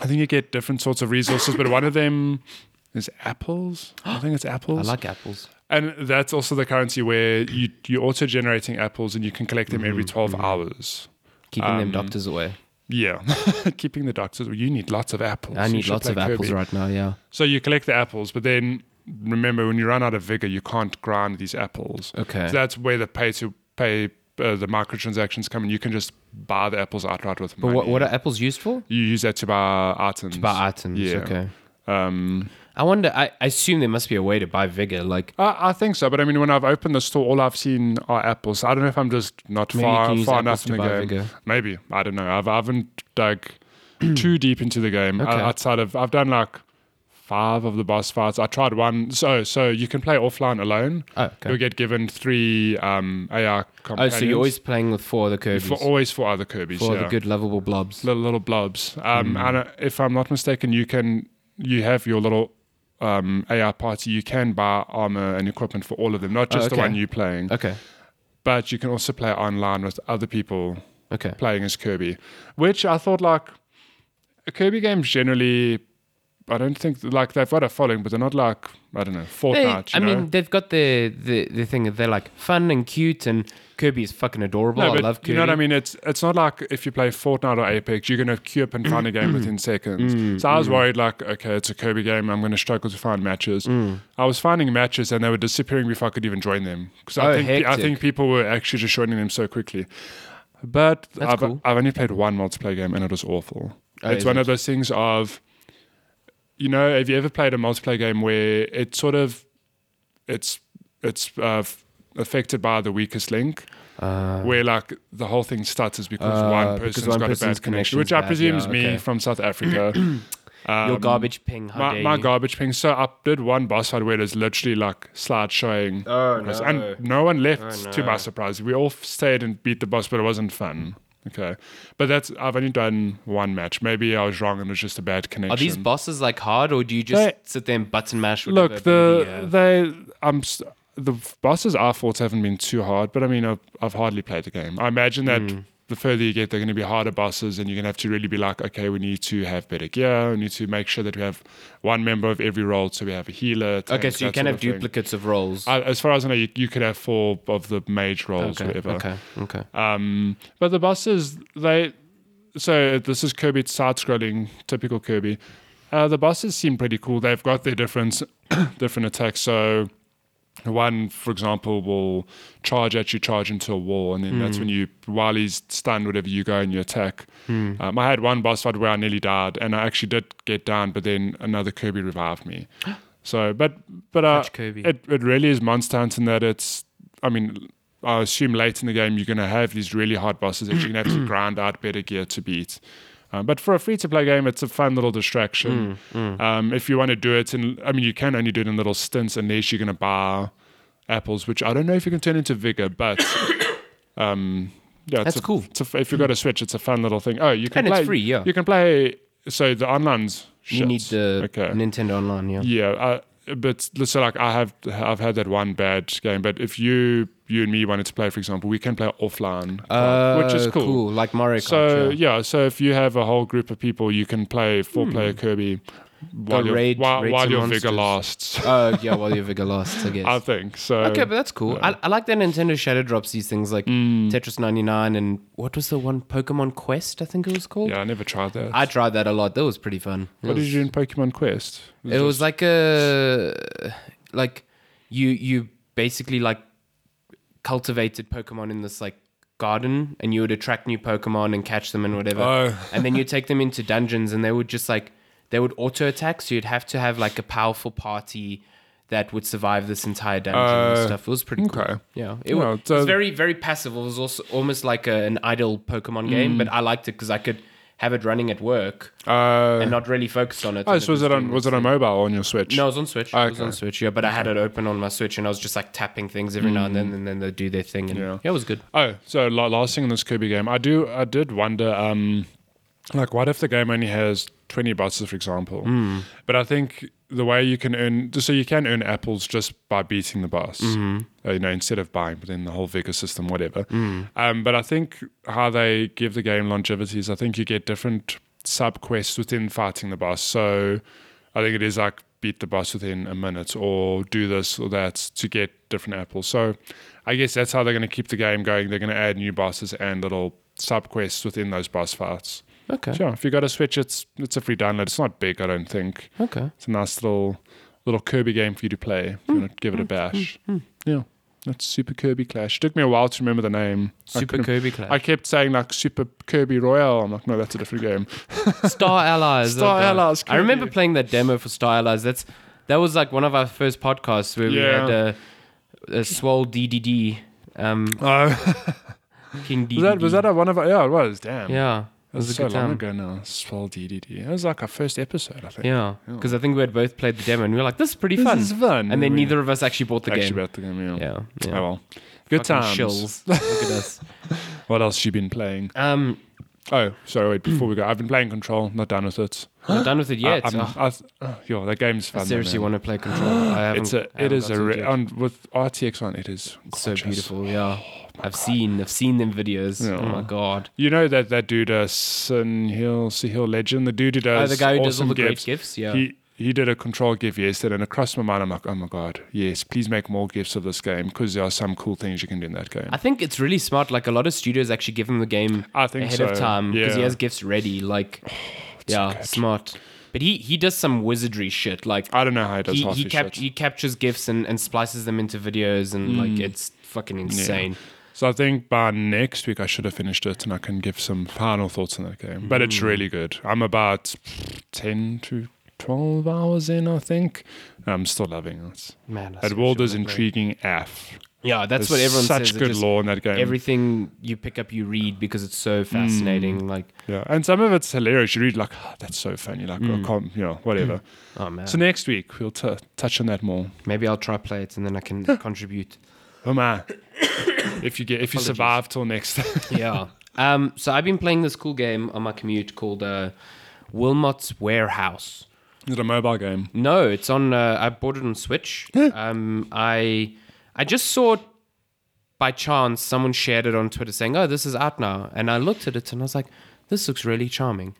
I think you get different sorts of resources, but one of them is apples. I think it's I apples. like apples. And that's also the currency where you you're auto generating apples, and you can collect them every 12 Mm-hmm. hours. Keeping Um, them doctors away. Yeah, keeping the doctors. You need lots of apples. I You need should lots play of apples Kirby. right now, yeah. So you collect the apples, but then remember when you run out of vigor, you can't grind these apples. Okay. So that's where the pay to pay uh, the microtransactions come in. You can just buy the apples outright with but money. what, what are apples used for? you use that to buy items. Buy items, Yeah. okay. Um, I wonder, I, I assume there must be a way to buy vigor. Like, I, I think so, but I mean, when I've opened the store, all I've seen are apples. I don't know if I'm just not Maybe you far can use far apples enough to in the buy game. vigor. Maybe I don't know. I've I haven't dug too deep into the game O- Okay. outside of I've done like five of the boss fights. I tried one. So so you can play offline alone. oh, okay. You'll get given three um, AR Oh, companions. so you're always playing with four of the Kirby's. for For always for other Kirby's. yeah. the good lovable blobs. little little blobs. Um, Mm. And uh, if I'm not mistaken, you can you have your little um, AR party. You can buy armor and equipment for all of them, not Oh, just the okay. one you're playing, Okay, but you can also play online with other people okay. playing as Kirby, which I thought like Kirby games generally. I don't think like they've got a following, but they're not like I don't know They- Fortnite. I you know? mean, they've got the, the, the thing that they're like fun and cute, and Kirby is fucking adorable. I love Kirby. you know what I mean. It's it's not like if you play Fortnite or Apex, you're gonna queue up and find a game within seconds. Mm. so I was Mm-hmm. worried, like, okay, it's a Kirby game. I'm gonna struggle to find matches. Mm. I was finding matches and they were disappearing before I could even join them because I Oh, think I hectic. think people were actually just joining them so quickly. But That's I've, cool. I've only played one multiplayer game and it was awful. Oh, it's is one it? of those things of, you know, have you ever played a multiplayer game where it's sort of, it's it's uh, f- affected by the weakest link? Uh, where like the whole thing stutters because Uh, one because person's one got a person's bad connection, connection's which I bad, presume yeah, is me okay. from South Africa. your Um, garbage ping. How my, dare my you. garbage ping. So I did one boss fight where it was literally like slide showing, Oh across- and no one left Oh, to my no. surprise. We all stayed and beat the boss, but it wasn't fun. Okay, but that's I've only done one match. Maybe I was wrong and it was just a bad connection. Are these bosses like hard, or do you just They- sit there and button mash? whatever Look, the ability you have? they I'm s- the f- bosses our faults haven't been too hard, but I mean I've, I've hardly played the game. I imagine that Hmm. the further you get, they're going to be harder bosses, and you're going to have to really be like, okay, we need to have better gear, we need to make sure that we have one member of every role, so we have a healer. tank, okay, so you that can sort have of thing. duplicates of roles. I, as far as I know, you, you could have four of the mage roles, okay, whatever. okay, okay. Um, but the bosses, they. So this is Kirby side-scrolling, typical Kirby. Uh, the bosses seem pretty cool. They've got their different different attacks. So One, for example, will charge at you, charge into a wall, and then that's when you, while he's stunned, whatever, you go and you attack. Um, I had one boss fight where I nearly died, and I actually did get down, but then another Kirby revived me. So, but but uh, Touch Kirby. it it really is Monster Hunter in that it's. I mean, I assume late in the game you're going to have these really hard bosses that you're going to have to grind out better gear to beat. Um, but for a free to play game, it's a fun little distraction. Mm, Um, if you want to do it, in, I mean, you can only do it in little stints unless you're going to buy apples, which I don't know if you can turn into vigor, but um, yeah, it's That's a- cool. It's a, if you've got a Switch, it's a fun little thing. Oh, you can And it's play, free, yeah. You can play. So the online's shit. You need the okay. Nintendo Online, yeah. Yeah, I, but let's say like I have I've had that one bad game. But if you you and me wanted to play, for example, we can play offline, uh, which is Uh, cool. Like Mario Kart. So yeah. yeah, so if you have a whole group of people, you can play four player Hmm. Kirby while your raid- while, raid while some your vigor monsters. lasts. Oh, yeah, well, you've lost, I guess. I think so. Okay, but that's cool. I, I like that Nintendo Shadow drops these things like Mm. Tetris 99 and what was the one? Pokemon Quest, I think it was called. yeah, I never tried that. I tried that a lot. That was pretty fun. It what was, did you do in Pokemon Quest? It was like a like you you basically like cultivated Pokemon in this like garden and you would attract new Pokemon and catch them and whatever. Oh. And then you take them into dungeons and they would just like they would auto attack, so you'd have to have like a powerful party that would survive this entire dungeon Uh, and stuff. It was pretty cool. okay. Yeah, it, Yeah, was, so- very very passive. It was also almost like a, an idle Pokemon Mm. game, but I liked it because I could have it running at work Uh, and not really focus on it. oh, and so was it on doing was it on mobile or on your Switch? no, it was on Switch. It was Okay. Mm. on Switch, yeah. But I had it open on my Switch, and I was just like tapping things every now and then, and then they do their thing, and Yeah. yeah, it was good. Oh, so la- last thing in this Kirby game, I do, I did wonder, um, like, what if the game only has twenty bosses, for example? But I think the way you can earn, so you can earn apples just by beating the boss, uh, you know, instead of buying, but then the whole vigor system, whatever. Um, but I think how they give the game longevity is, I think you get different sub quests within fighting the boss. So I think it is like beat the boss within a minute or do this or that to get different apples. So I guess that's how they're going to keep the game going. They're going to add new bosses and little sub quests within those boss fights. Okay, Sure, if you got a Switch, it's it's a free download. It's not big, I don't think. okay, It's a nice little little Kirby game for you to play. If you want to give it a bash. Yeah, that's Super Kirby Clash. took me a while to remember the name. I Super couldn't- Kirby Clash, I kept saying like Super Kirby Royale. I'm like, no, that's a different game. Star Allies, Star oh God. Allies, I remember Kirby. playing that demo for Star Allies. That's that was like one of our first podcasts where Yeah. we had a, a swole DDD, um, Oh, King DDD. was that was that a, one of our, yeah? It was. Damn. yeah, it It was, was a so good long time. ago now. Swell DDD. It was like our first episode, I think. Yeah, because I think we had both played the demo, and we were like, "This is pretty This fun." is fun. And then We neither of us actually bought the actually game. about the game, yeah. Yeah, Oh, yeah. well. Good Fucking times. Shills. Look at us. What else you been playing? Um, Oh, sorry, wait, before we go. I've been playing Control, not done with it. not done with it I- yet. I'm- Oh. I th- oh, yo, that game's fun. I though, seriously man. want to play Control. I haven't. It's a, I it haven't is got a, to it re- oh, yet. on, with RTX on, it is It's so gorgeous. beautiful. Yeah, I've seen. I've seen them videos. Yeah. Oh my god. You know that that dude, uh, Sin Hill, Hill Legend, the dude who Oh, does the guy who awesome does all the gifs, great gifts. Yeah. He he did a control gif yesterday, and it crossed my mind. I'm like, oh my god, yes, please make more gifs of this game because there are some cool things you can do in that game. I think it's really smart. Like a lot of studios actually give him the game I think ahead of so, time because he yeah. has gifts ready. Like, yeah, smart. But he he does some wizardry shit. Like I, don't know how he does he half he, his cap- shit. Mm. he captures gifts and, and splices them into videos and like it's fucking insane. So I think by next week I should have finished it, and I can give some final thoughts on that game. But it's Mm. really good. I'm about ten to twelve hours in, I think. and I'm still loving it. Man, I That seriously world is wanna play. intriguing. F. Yeah, that's There's what everyone such says. It good just- lore in Mm. that game. Everything you pick up, you read because it's so fascinating. Like, Yeah, and some of it's hilarious. You read like, "Ah, that's so funny. Like, Mm. I can't, you know, whatever. oh man, So next week we'll t- touch on that more. Maybe I'll try play it and then I can contribute. Oh my! if you get, if you survive till next, Yeah. Um, so I've been playing this cool game on my commute called uh, Wilmot's Warehouse. it's a mobile game. No, it's on. Uh, I bought it on Switch. um, I I just saw it by chance someone shared it on Twitter saying, "Oh, this is out now," and I looked at it and I was like, "This looks really charming."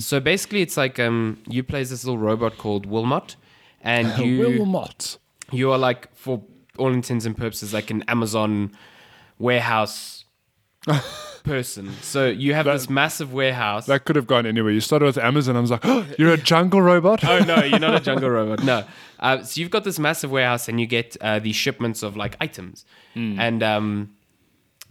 So basically, it's like um, you play as this little robot called Wilmot, and you Wilmot. you are like for all intents and purposes like an amazon warehouse person. So you have That- this massive warehouse. That could have gone anywhere. You started with Amazon. I was like, oh, you're a jungle robot. oh no, you're not a jungle robot. No. Uh, so you've got this massive warehouse, and you get uh, these shipments of like items, and um,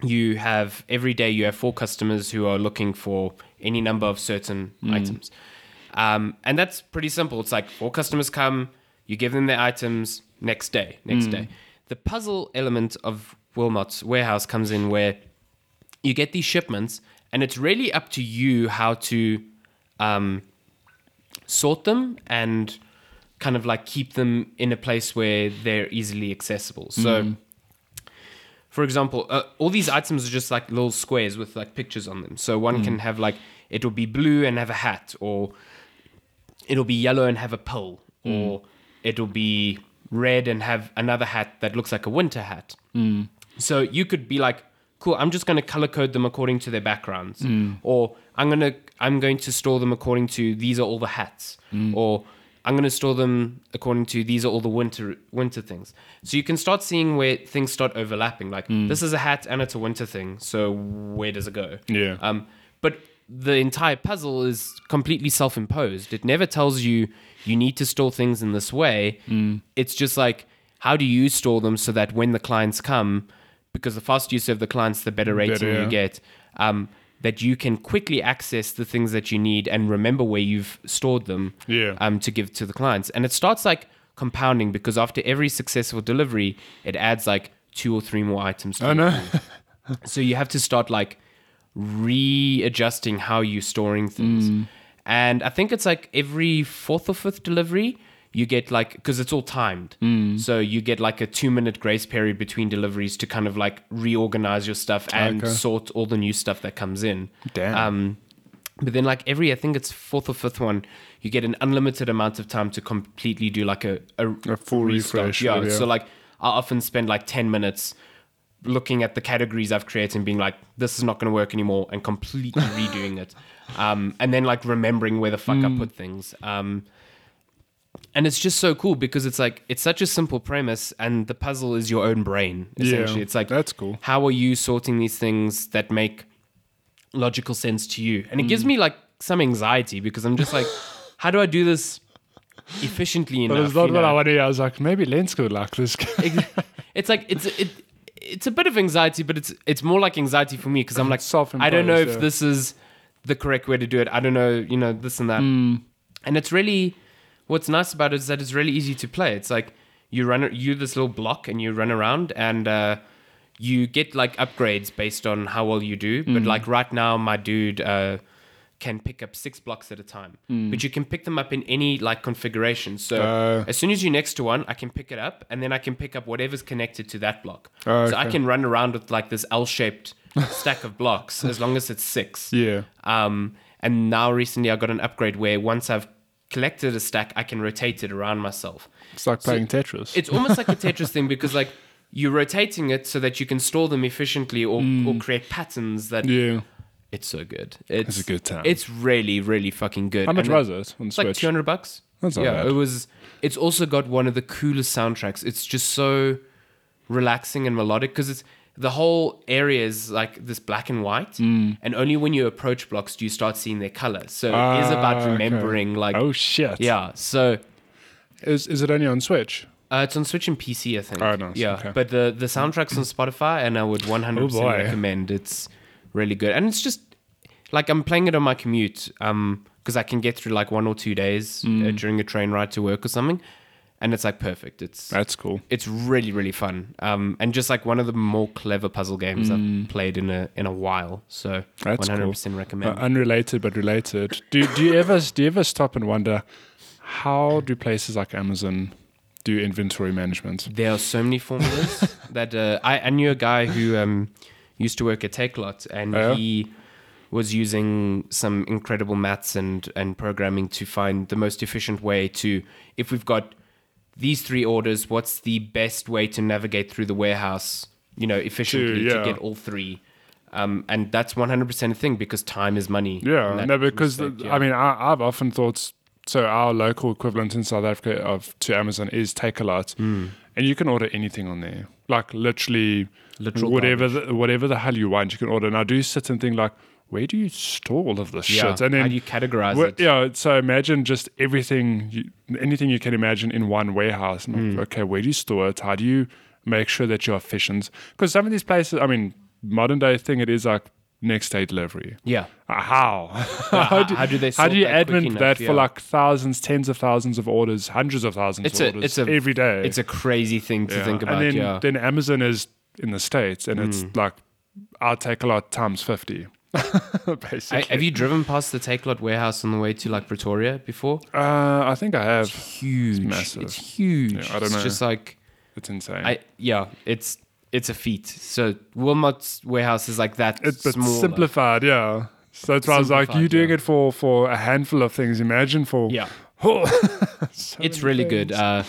you have every day you have four customers who are looking for any number of certain items, um, and that's pretty simple. It's like four customers come, you give them their items next day, next day. The puzzle element of Wilmot's warehouse comes in where you get these shipments, and it's really up to you how to um, sort them and kind of like keep them in a place where they're easily accessible. So, for example, uh, all these items are just like little squares with like pictures on them. So one can have like it'll be blue and have a hat, or it'll be yellow and have a pill, or it'll be red and have another hat that looks like a winter hat. So you could be like, cool, I'm just going to color code them according to their backgrounds, or I'm going to I'm going to store them according to these are all the hats, or I'm going to store them according to these are all the winter winter things. So you can start seeing where things start overlapping. Like this is a hat and it's a winter thing, so where does it go? Yeah. Um, but the entire puzzle is completely self-imposed. It never tells you you need to store things in this way. Mm. It's just like how do you store them so that when the clients come, because the faster you serve the clients, the better rating Better, yeah. you get. Um, that you can quickly access the things that you need and remember where you've stored them Yeah. um, to give to the clients. And it starts like compounding because after every successful delivery, it adds like two or three more items to I the know. so you have to start like readjusting how you're storing things. Mm. And I think it's like every fourth or fifth delivery, you get like, because it's all timed. Mm. So you get like a two minute grace period between deliveries to kind of like reorganize your stuff and Okay. sort all the new stuff that comes in. Damn. Um, but then like every, I think it's fourth or fifth one, you get an unlimited amount of time to completely do like a, a, A full restock. refresh, Yeah. yeah. So like I often spend like 10 minutes looking at the categories I've created and being like, this is not going to work anymore and completely redoing it. Um, and then like remembering where the fuck Mm. I put things. Um, and it's just so cool because it's like, it's such a simple premise and the puzzle is your own brain. Essentially. it's like, that's cool. how are you sorting these things that make logical sense to you? And it Mm. gives me like some anxiety because I'm just like, how do I do this efficiently enough? But it's not you what I know? wanted. I was like, maybe Lenz could like this. Ex- it's like it's it, it's a bit of anxiety, but it's it's more like anxiety for me because I'm like I don't know if Self-imposed, yeah. this is the correct way to do it. I don't know, you know, this and that. And it's really what's nice about it is that it's really easy to play. It's like you run you this little block and you run around and uh, you get like upgrades based on how well you do. But like right now, my dude. Uh, can pick up six blocks at a time, but you can pick them up in any like configuration. So Oh. as soon as you're next to one, I can pick it up, and then I can pick up whatever's connected to that block. Oh, So I okay. can run around with like this L-shaped stack of blocks as long as it's six. yeah. Um, and now recently I got an upgrade where once I've collected a stack, I can rotate it around myself. It's like playing Tetris. It's almost like a Tetris thing because like you're rotating it so that you can store them efficiently or, or create patterns that Mm. yeah. it's so good. It's, a good time. It's really, really fucking good. How much And was it on It's like Switch? two hundred bucks. That's not yeah, bad. it was. It's also got one of the coolest soundtracks. It's just so relaxing and melodic because it's the whole area is like this black and white, Mm. and only when you approach blocks do you start seeing their color. So it is Ah, about okay. remembering, like, Oh shit. yeah. So Is is it only on Switch? uh, it's on Switch and PC, I think. Oh, nice. Yeah, Okay. but the the soundtrack's on Spotify, and I would one hundred Oh, percent boy. recommend. It's really good, and it's just like I'm playing it on my commute, um, because I can get through like one or two days uh, Mm. during a train ride to work or something, and it's like perfect. It's That's cool. it's really really fun, um, and just like one of the more clever puzzle games I've played in a in a while. So Mm. That's cool. one hundred percent Uh, recommend. unrelated but related. Do do you ever do you ever stop and wonder how do places like Amazon do inventory management? there are so many formulas that uh, I, I knew a guy who um, used to work at Takelot and Oh, yeah? he was using some incredible maths and, and programming to find the most efficient way to if we've got these three orders what's the best way to navigate through the warehouse you know efficiently yeah. to get all three um, and that's 100% a thing because time is money in Yeah, that no, because the, respect, yeah. I mean, I, I've Hmm. often thought so. Our local equivalent in South Africa of to Amazon is Takealot, and you can order anything on there, like literally Literal whatever the, whatever the hell you want, you can order. And I do sit and think like, where do you store all of this Yeah. shit? And How do you categorize Well, it? Yeah, so imagine just everything, you, anything you can imagine in one warehouse. And Mm. I'm like, okay, where do you store it? How do you make sure that you're efficient? Because some of these places, I mean, modern day thing, it is like next day delivery. Yeah. Uh, How? how- how do they How sort do you that quick admin enough? that Yeah. for like thousands, tens of thousands of orders, hundreds of thousands It's of a, orders it's a every day? It's a crazy thing to Yeah. think about. And then, yeah. Mm. then Amazon is in the states, and it's like I'll take a lot times fifty, basically. I, have you driven past the Take Lot warehouse on the way to like Pretoria before? uh, I think I have. Huge. It's, massive. huge. Yeah, I don't it's know. just like It's insane. I yeah, it's it's a feat. So Wilmot's warehouse is like that it's but smaller. simplified, yeah. So that's why I was like, Simplified, you doing yeah. it for for a handful of things. Imagine for Yeah. so It's many really good. Uh,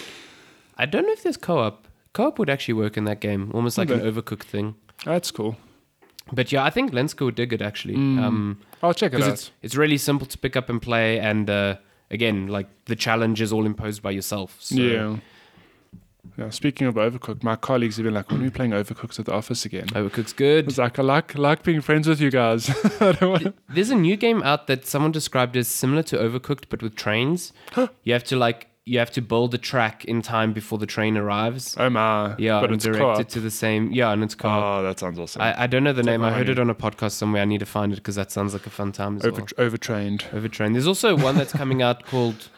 I don't know if there's co-op. Co-op would actually work in that game, almost like an Okay. overcooked thing. things. That's cool. But yeah, I think Lenska would dig it actually. Um, I'll check it because out. it's it's really simple to pick up and play, and uh, again, like the challenge is all imposed by yourself. So. yeah. Yeah. Speaking of Overcooked, my colleagues have been like, when are we playing Overcooked at the office again? Overcooked's good. It's like I like like being friends with you guys. I don't want There's a new game out that someone described as similar to Overcooked but with trains. you have to like you have to build a track in time before the train arrives. Oh my. Yeah, but and it's direct co-op. it to the same. Yeah, and it's co-op. Oh, that sounds awesome. I, I don't know the name. I my heard it idea. on a podcast somewhere. I need to find it because that sounds like a fun time as Over, well. overtrained. Overtrain. There's also one that's coming out called,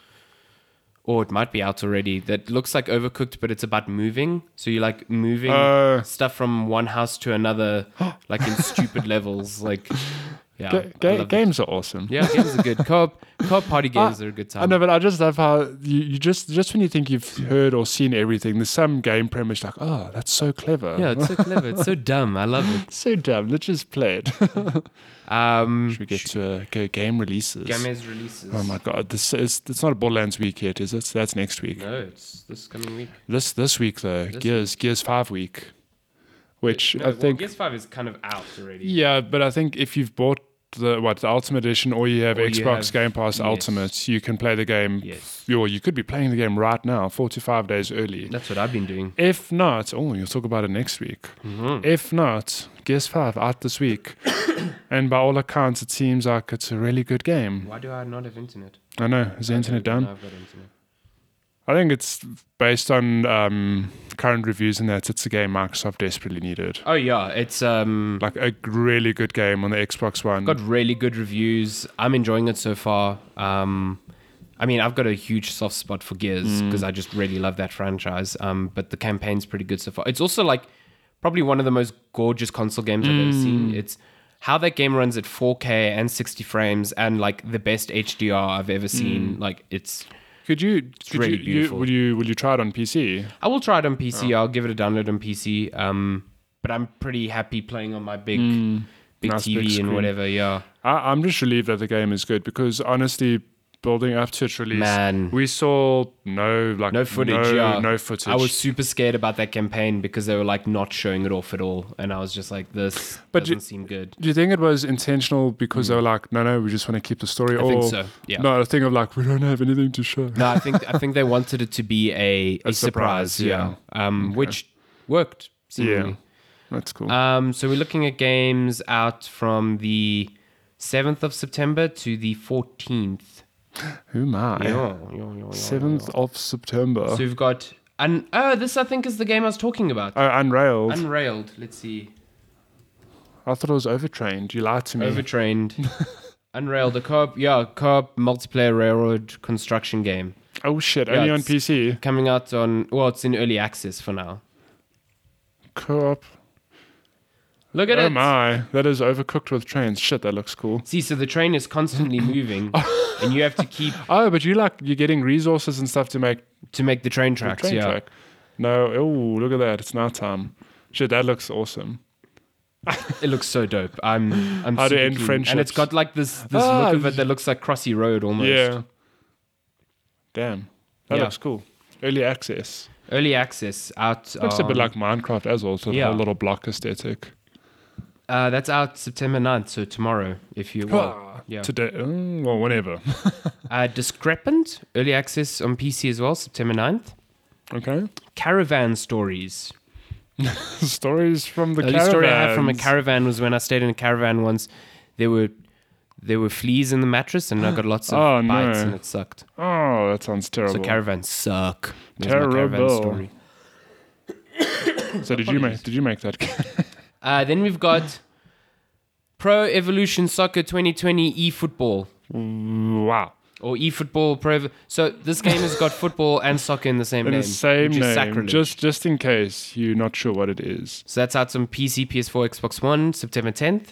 or it might be out already. That looks like Overcooked, but it's about moving. So you're like moving Uh, stuff from one house to another, like in stupid levels. Like, yeah, ga- I ga- love it. games are awesome. Yeah, games are good. Co-op, co-op party games I- are a good time. I know, but I just love how you, you just just when you think you've heard or seen everything, there's some game premise like, oh, that's so clever. Yeah, it's so clever. It's so dumb. I love it. So dumb. Let's just play it. Um, Should we get to uh, go game releases? Games releases. Oh my god, this is it's not a Borderlands week yet, is it? So that's next week. No, it's this coming week. This this week though, This Gears Gears Five week, which I think Gears Five is kind of out already. Yeah, but I think if you've bought the what the Ultimate Edition or you have Or you Xbox have- Game Pass yes. Ultimate, you can play the game. Yes. Or you could be playing the game right now, four to five days early. That's what I've been doing. If not, oh, you'll talk about it next week. If not, guess five out this week, and by all accounts, it seems like it's a really good game. Why do I not have internet? I know. Is the internet down? I've got internet. I think it's based on um, current reviews and that it's a game Microsoft desperately needed. Oh yeah, it's um Like a really good game on the Xbox One. got really good reviews. I'm enjoying it so far. Um, I mean, I've got a huge soft spot for Gears Mm. because I just really love that franchise. Um, but the campaign's pretty good so far. It's also like probably one of the most gorgeous console games I've Mm. ever seen. It's how that game runs at 4K and 60 frames and like the best HDR I've ever seen. Mm. Like it's Could you? could really you, you beautiful. will you will you try it on PC? I will try it on PC. Oh. I'll give it a download on PC. Um, but I'm pretty happy playing on my big big Mm. Nice big TV and screen. whatever. Yeah. I, I'm just relieved that the game is good because honestly, building up to its release, Man. we saw no like No footage. no, yeah. no footage. I was super scared about that campaign because they were like not showing it off at all, and I was just like, "This But doesn't you- seem good." Do you think it was intentional because they were like, no, no, we just want to keep the story? Mm. I or think so, yeah. No, a thing of like, we don't have anything to show. No, I think I think they wanted it to be a, a, surprise, surprise, yeah, Um, which worked. yeah, Seemingly. that's cool. Um, so we're looking at games out from the seventh of September to the fourteenth. Who am I? Seventh. Seventh of September. So we've got and oh, this I think is the game I was talking about. oh, Unrailed. Unrailed. Let's see. I thought it was overtrained. You lied to me. Overtrained. Unrailed, a co-op, yeah, co-op multiplayer railroad construction game oh shit! Yeah, only on it's- PC. coming out on. Well, it's in early access for now. Co-op. Look at oh it. my! That is overcooked with trains. Shit, that looks cool. See, so the train is constantly moving, and you have to keep Oh, but you like you're getting resources and stuff to make to make the train the tracks. train yeah, track. No, oh look at that! It's night time. Shit, that looks awesome. it looks so dope. I'm I'm How to super keen. and end it's friendships. got like this this Ah, look of it that looks like Crossy Road almost. Yeah. Damn, that Yeah. looks cool. Early access Early access out. looks a bit on- like Minecraft as well. So the Um, yeah. whole little block aesthetic. Uh, that's out September 9th, so tomorrow, if you will. Ah, Yeah. Today, mm, well, whenever. Uh, Discrepant, early access on PC as well, September 9th. Okay. Caravan stories. Stories from the The only story I had from a caravans. caravan was when I stayed in a caravan once. There were there were fleas in the mattress, and I got lots of Oh, bites, no. and it sucked. Oh, that sounds So terrible. caravans suck. That's my caravan Terrible. story. So did you make? Did you make that? Uh, then we've got Pro Evolution Soccer 2020 eFootball wow. or eFootball Pro. Ev- So this game has got football and soccer in the same In name, the same which is name, sacrilege. just just in case you're not sure what it is. so that's out on PC, PS4, Xbox One, September 10th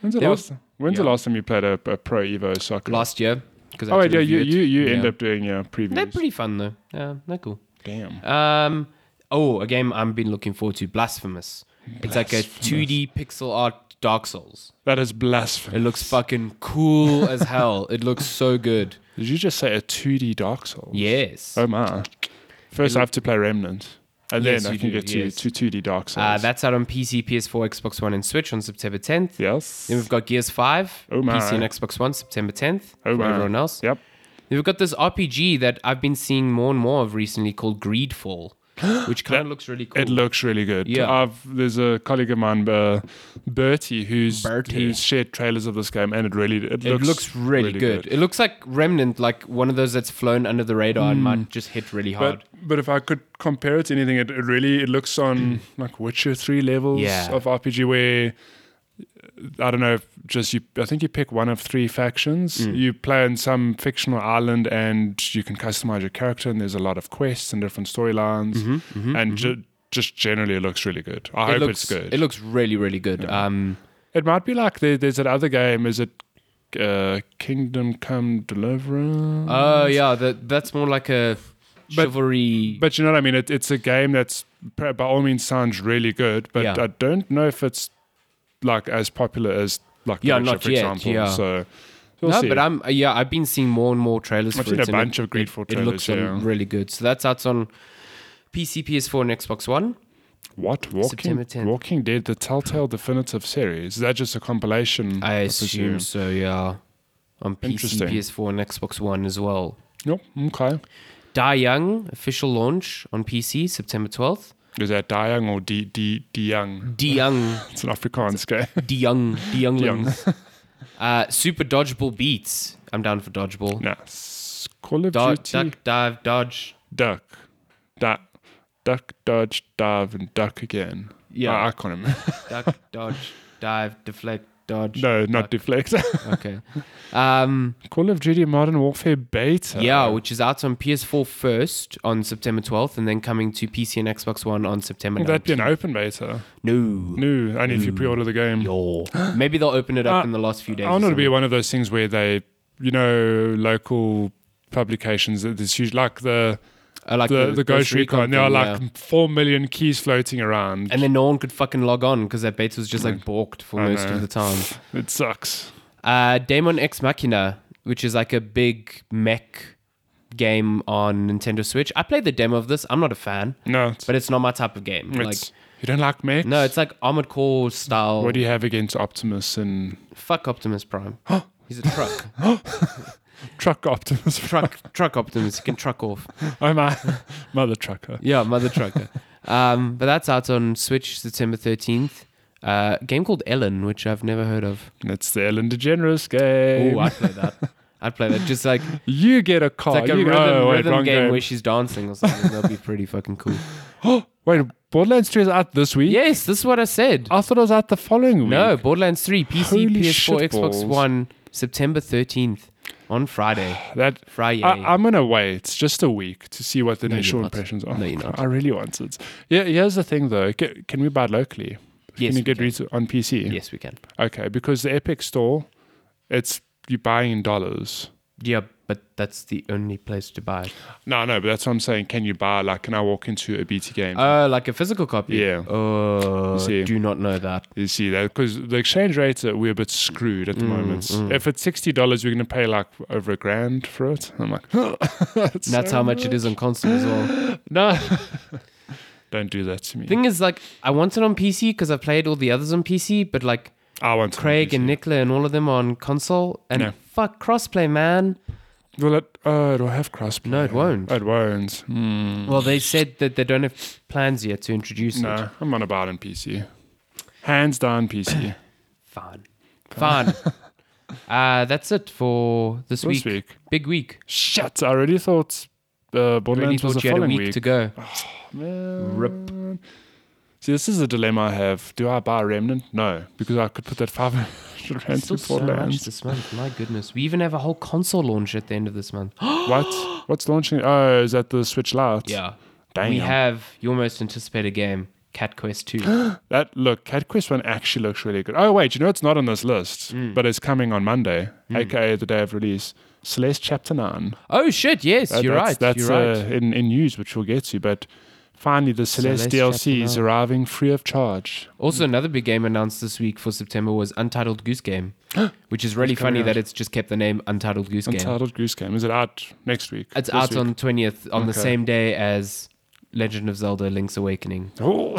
When's the There last? was- when's yeah. the last time you played a, a pro Evo soccer? last year. Because oh wait, yeah, you you, you end up doing your previews. They're pretty fun though. Yeah, they're cool. Damn. Um, oh, a game I've been looking forward to, Blasphemous. It's like a 2D pixel art Dark Souls. That is blasphemy. It looks fucking cool as hell. It looks so good. Did you just say a 2D Dark Souls? Yes. Uh, Oh my. First, I have to play Remnant, and Yes, then I you can do, get to, yes. to 2D Dark Souls. Uh, that's out on PC, PS4, Xbox One, and Switch on September 10th. yes. Then we've got Gears 5, Oh my. PC and Xbox One, September 10th. Oh for my. everyone else. Yep. Then we've got this RPG that I've been seeing more and more of recently called Greedfall, which kind of looks really cool. It looks really good. Yeah. I've, there's a colleague of mine, uh, Bertie, who's Bertie. who's shared trailers of this game, and it really it, It looks, really, good. It looks like Remnant, like one of those that's flown under the radar and might just hit really hard. But but if I could compare it to anything, it, it really it looks on like Witcher three levels Mm. Yeah. of RPG where uh, I don't know, if just you. I think you pick one of three factions. Mm. You play on some fictional island, and you can customize your character. And there's a lot of quests and different storylines, and ju- just generally it looks really good. mm-hmm, I hope looks it's good. Mm-hmm. It looks really, really good. Um, It might be like there, there's that other game. Is it uh, Kingdom Come Deliverance? oh yeah, that that's more like a But- chivalry. but you know what I mean. It, it's a game that's pr- by all means sounds really good, but Yeah. I don't know if it's like as popular as like The Yeah, Witcher, not for yet, example. yeah. So we'll no, see. but I'm uh, yeah, I've been seeing more and more trailers I've for seen it. a and bunch of Greedfall it, it looks trailers, um, yeah. really good. So that's out on PC, PS4, and Xbox One. Hmm. what September Walking 10th. Walking Dead: The Telltale Definitive Series? Is that just a compilation? I assume presume? so. Yeah, on PC, Interesting. PS4, and Xbox One as well. Yep. Okay. Die Young official launch on PC September twelfth. Is that Diang or D D Diang? Die Young. It's an Afrikaans game. De Young, De Younglings. uh, Super Dodgeball Beats. I'm down for Dodgeball. nice. Call of Do- Duty. duck, dive, dodge. duck, duck, duck, dodge, dive, and duck again. Yeah. I, I can't remember. Duck, dodge, dive, deflect, dodge. no, not deflect. Okay. Um, Call of Duty Modern Warfare Beta. yeah, which is out on PS4 first on September 12th and then coming to PC and Xbox One on September Would that 9th. be an open beta? No. No, only Hmm. if you pre-order the game. Yo. Maybe they'll open it up Uh, in the last few days. I want or it to be something. one of those things where they, you know, local publications that there's huge, like the I like the, the, Ghost Recon. there are thing, like yeah. four million keys floating around. And then no one could fucking log on because that beta was just like balked for I most know. of the time. it sucks. Uh, Daemon Ex Machina, which is like a big mech game on Nintendo Switch. I played the demo of this. I'm not a fan, No, it's, but it's not my type of game. Like, it's- you don't like mechs. no, it's like Armored Core style. what do you have against Optimus and Fuck Optimus Prime. He's a truck. Truck Optimus? truck, truck Optimus. He can truck off. Oh my mother trucker. Yeah, mother trucker. Um, but that's out on Switch September 13th. Uh, a game called Ellen, which I've never heard of. It's the Ellen DeGeneres game. Oh, I'd play that. I'd play that. Just like you get a it's car. like a you rhythm, oh, wait, rhythm wrong game where she's dancing or something. That'd be pretty fucking cool. Wait, Borderlands 3 is out this week? Yes, this is what I said. I thought it was out the following week. No, Borderlands 3, PC, Oh, Holy PS4, Xbox shitballs. One, September 13th on Friday. That, Friday. I, I'm going to wait just a week to see what the No, you're initial not. impressions are. No, you're not. I really want it. Yeah, here's the thing, though. Ca- Can we buy it locally? Yes, Can we you get can. retail on PC? yes, we can. Okay, because the Epic Store, it's you're buying in dollars. Yeah, but that's the only place to buy it. No, no, but that's what I'm saying. Can you buy, like, can I walk into a BT game? Oh, like a physical copy? Yeah. Oh, see. do not know that. You see that because the exchange rates are, we're a bit screwed Mm, at the moment. If it's sixty dollars, we're going to pay like over a grand for it. I'm like, that's And that's how much it is on console as well. No, don't do that to me. Thing is, like, I want it on PC because I played all the others on PC, but like I want it on Craig PC. and Nicola and all of them are on console. And No. fuck crossplay, man. Will it? Uh, it'll have crossplay. No, it won't. Oh, It won't. Hmm. Well, they said that they don't have plans yet to introduce it. No, I'm on about in PC. Hands down PC. Fun. Fun. uh, that's it for this, week. this week. Big week. Shit, I already thought uh, Really Borderlands was thought the you had a following week, week. to go. Man. Rip. See, this is a dilemma I have. Do I buy Remnant? No, because I could put that 500 rand Still to so much Borderlands. this month. My goodness. We even have a whole console launch at the end of this month. what? What's launching? Oh, is that the Switch Lite? yeah. Damn. We have your most anticipated game, Cat Quest 2. That look, Cat Quest One actually looks really good. Oh wait, you know it's not on this list, Mm. but it's coming on Monday, aka the day of release. Celeste Chapter Nine. oh, shit. Yes, That- you're Uh, that's, right. That's you're right. uh, in in news, which we'll get to. But finally, the Celeste, Celeste DLC Chapter is Nine. arriving free of charge. Also, another big game announced this week for September was Untitled Goose Game, which is really funny out. that it's just kept the name Untitled Goose Game. Untitled Goose Game is it out next week? It's This out week? on 20th, on the Okay. same day as Legend of Zelda Link's Awakening. Oh.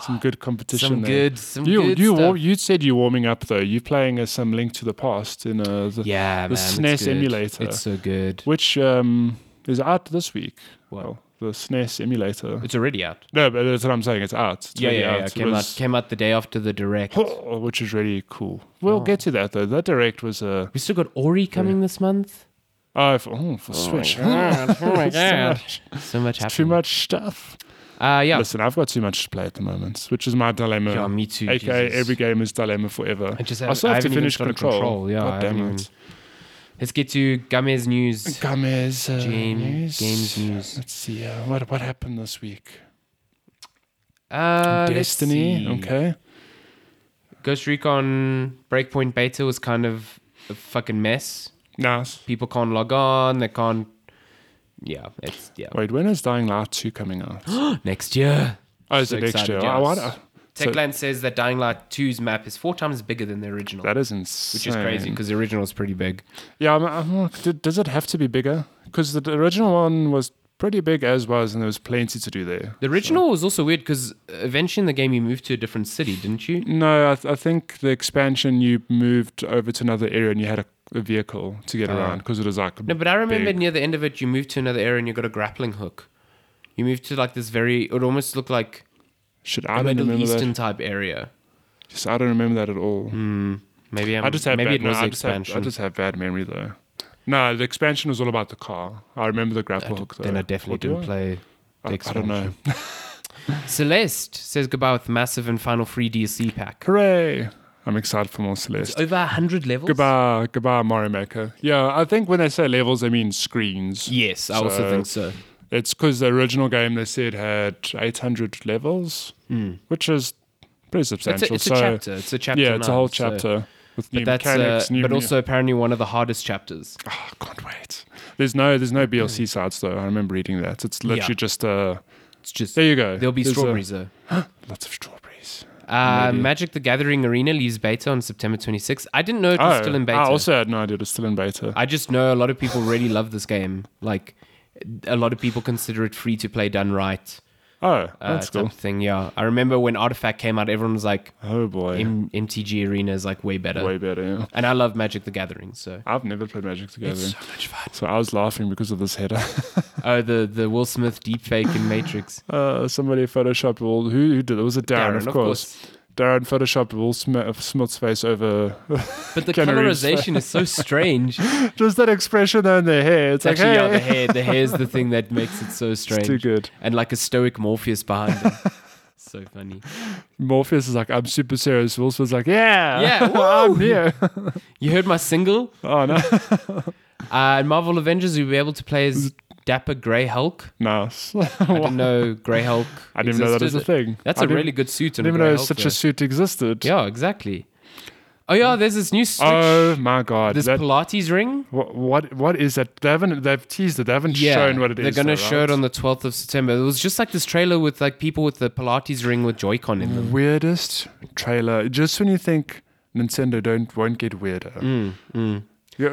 some good competition. Oh. Some there. good, some You good you stuff. war- you said you're warming up though. You're playing as some Link to the Past in a the, yeah, man. the it's SNES good. emulator. It's so good. which um, is out this week. What? Well, the SNES emulator. It's already out. No, but that's what I'm saying. It's out. It's Yeah, already yeah, out. yeah. It Came out, was- came out the day after the direct. Oh, which is really cool. Oh. We'll get to that though. That direct was a We still got Ori coming this month. oh for, oh, for Switch. oh my God. so much Too happening. much stuff. Uh, yeah. Listen, I've got too much to play at the moment, which is my dilemma. Yeah, me too. AKA Jesus. every game is dilemma forever. I just I haven't- still I have to haven't even finish started control. Control, yeah, I God damn haven't it. Let's get to Games news. Games, uh, Game- news. games news. Let's see. Uh, what what happened this week? Uh, let's Destiny. see. Okay. Ghost Recon Breakpoint beta was kind of a fucking mess. Nice. People can't log on. They can't. Yeah, it's yeah. Wait, when is Dying Light 2 coming out? oh, Next year. is So it next excited, year? yeah. I wonder. So- Techland says that Dying Light 2's map is four times bigger than the original, That is insane. which is crazy because the original is pretty big. Yeah, I'm, I'm like, d- does it have to be bigger? Because the original one was pretty big as was, and there was plenty to do there. The original was also weird because eventually in the game you moved to a different city, didn't Mm, you? No, I, th- I think the expansion you moved over to another area and you had a, a vehicle to get Ah. around because it was like No, but I remember Big. near the end of it, you moved to another area and you got a grappling hook. You moved to like this very, it almost looked like shit. a I don't Middle remember Eastern that. type area. Hmm, Just, I don't remember that at all. Maybe I'm, I just have maybe bad, it was no, the I just have- expansion. I just have bad memory though. No, the expansion was all about the car. I remember the grapple hook though. then I Or definitely do didn't I? play. The I, I don't know. Celeste says goodbye with massive and final free DLC pack. Hooray! I'm excited for more Celeste. Over a hundred levels. Goodbye, goodbye, Mario Maker. Yeah, I think when they say levels, they mean screens. Yes, I also So- think so. It's because the original game they said had 800 levels, which is pretty Hmm. It's substantial. a, it's so a chapter. It's a chapter. yeah, it's a nine, whole so- chapter with new But that's uh, mechanics, new. but mu- also apparently one of the hardest chapters. Ah, can't wait. There's no there's no BLC sides though. I remember reading that. It's literally Mm. Yeah. just uh It's just there you go. there'll be There's, uh, strawberries though. lots of strawberries. Uh, Maybe. Magic the Gathering Arena leaves beta on September 26th. I didn't know it was still in beta. Oh, Uh, I ah, also had no idea it was still in beta. I just know a lot of people really love this game. Like, a lot of people consider it free to play done right. oh, Uh, that's type cool. of thing, yeah. I remember when Artifact came out, everyone was like, Oh boy, M- MTG Arena is like way better. way better. Yeah. And I love Magic the Gathering, so. I've never played Magic Together. It's so much fun. So I was laughing because of this header. Oh, the, the Will Smith deepfake in Matrix. Uh, somebody photoshopped all who, who did it? Was it Darren? of, course. Darren photoshopped Will Smith, Smith's face over But the Keanu Reeves. colorization is so strange. It's, just that expression on their hair. It's, actually, like, yeah, the hey, hair. The hair's the thing that makes it so strange. it's too good. and like a stoic Morpheus behind him. so funny. Morpheus is like, I'm super serious. Will Smith's like, yeah, Yeah, I'm woo." here. You heard my single? oh no, Uh, in Marvel Avengers, you'll be able to play as Dapper Grey Hulk. nice. I didn't know Grey Hulk. I didn't even know that was a existed. thing. That's I a didn't- really good suit. I And didn't even know such a suit existed. Yeah, exactly. Oh yeah, there's this new switch. Oh my god, this that, Pilates ring. what, what what is that? They haven't they've teased it. They haven't Yeah, shown what it they're is gonna though, show it right? on the 12th of September. It was just like this trailer with like people with the Pilates ring with Joy-Con in them. weirdest trailer. Just when you think Nintendo don't won't get weirder. Yeah, it-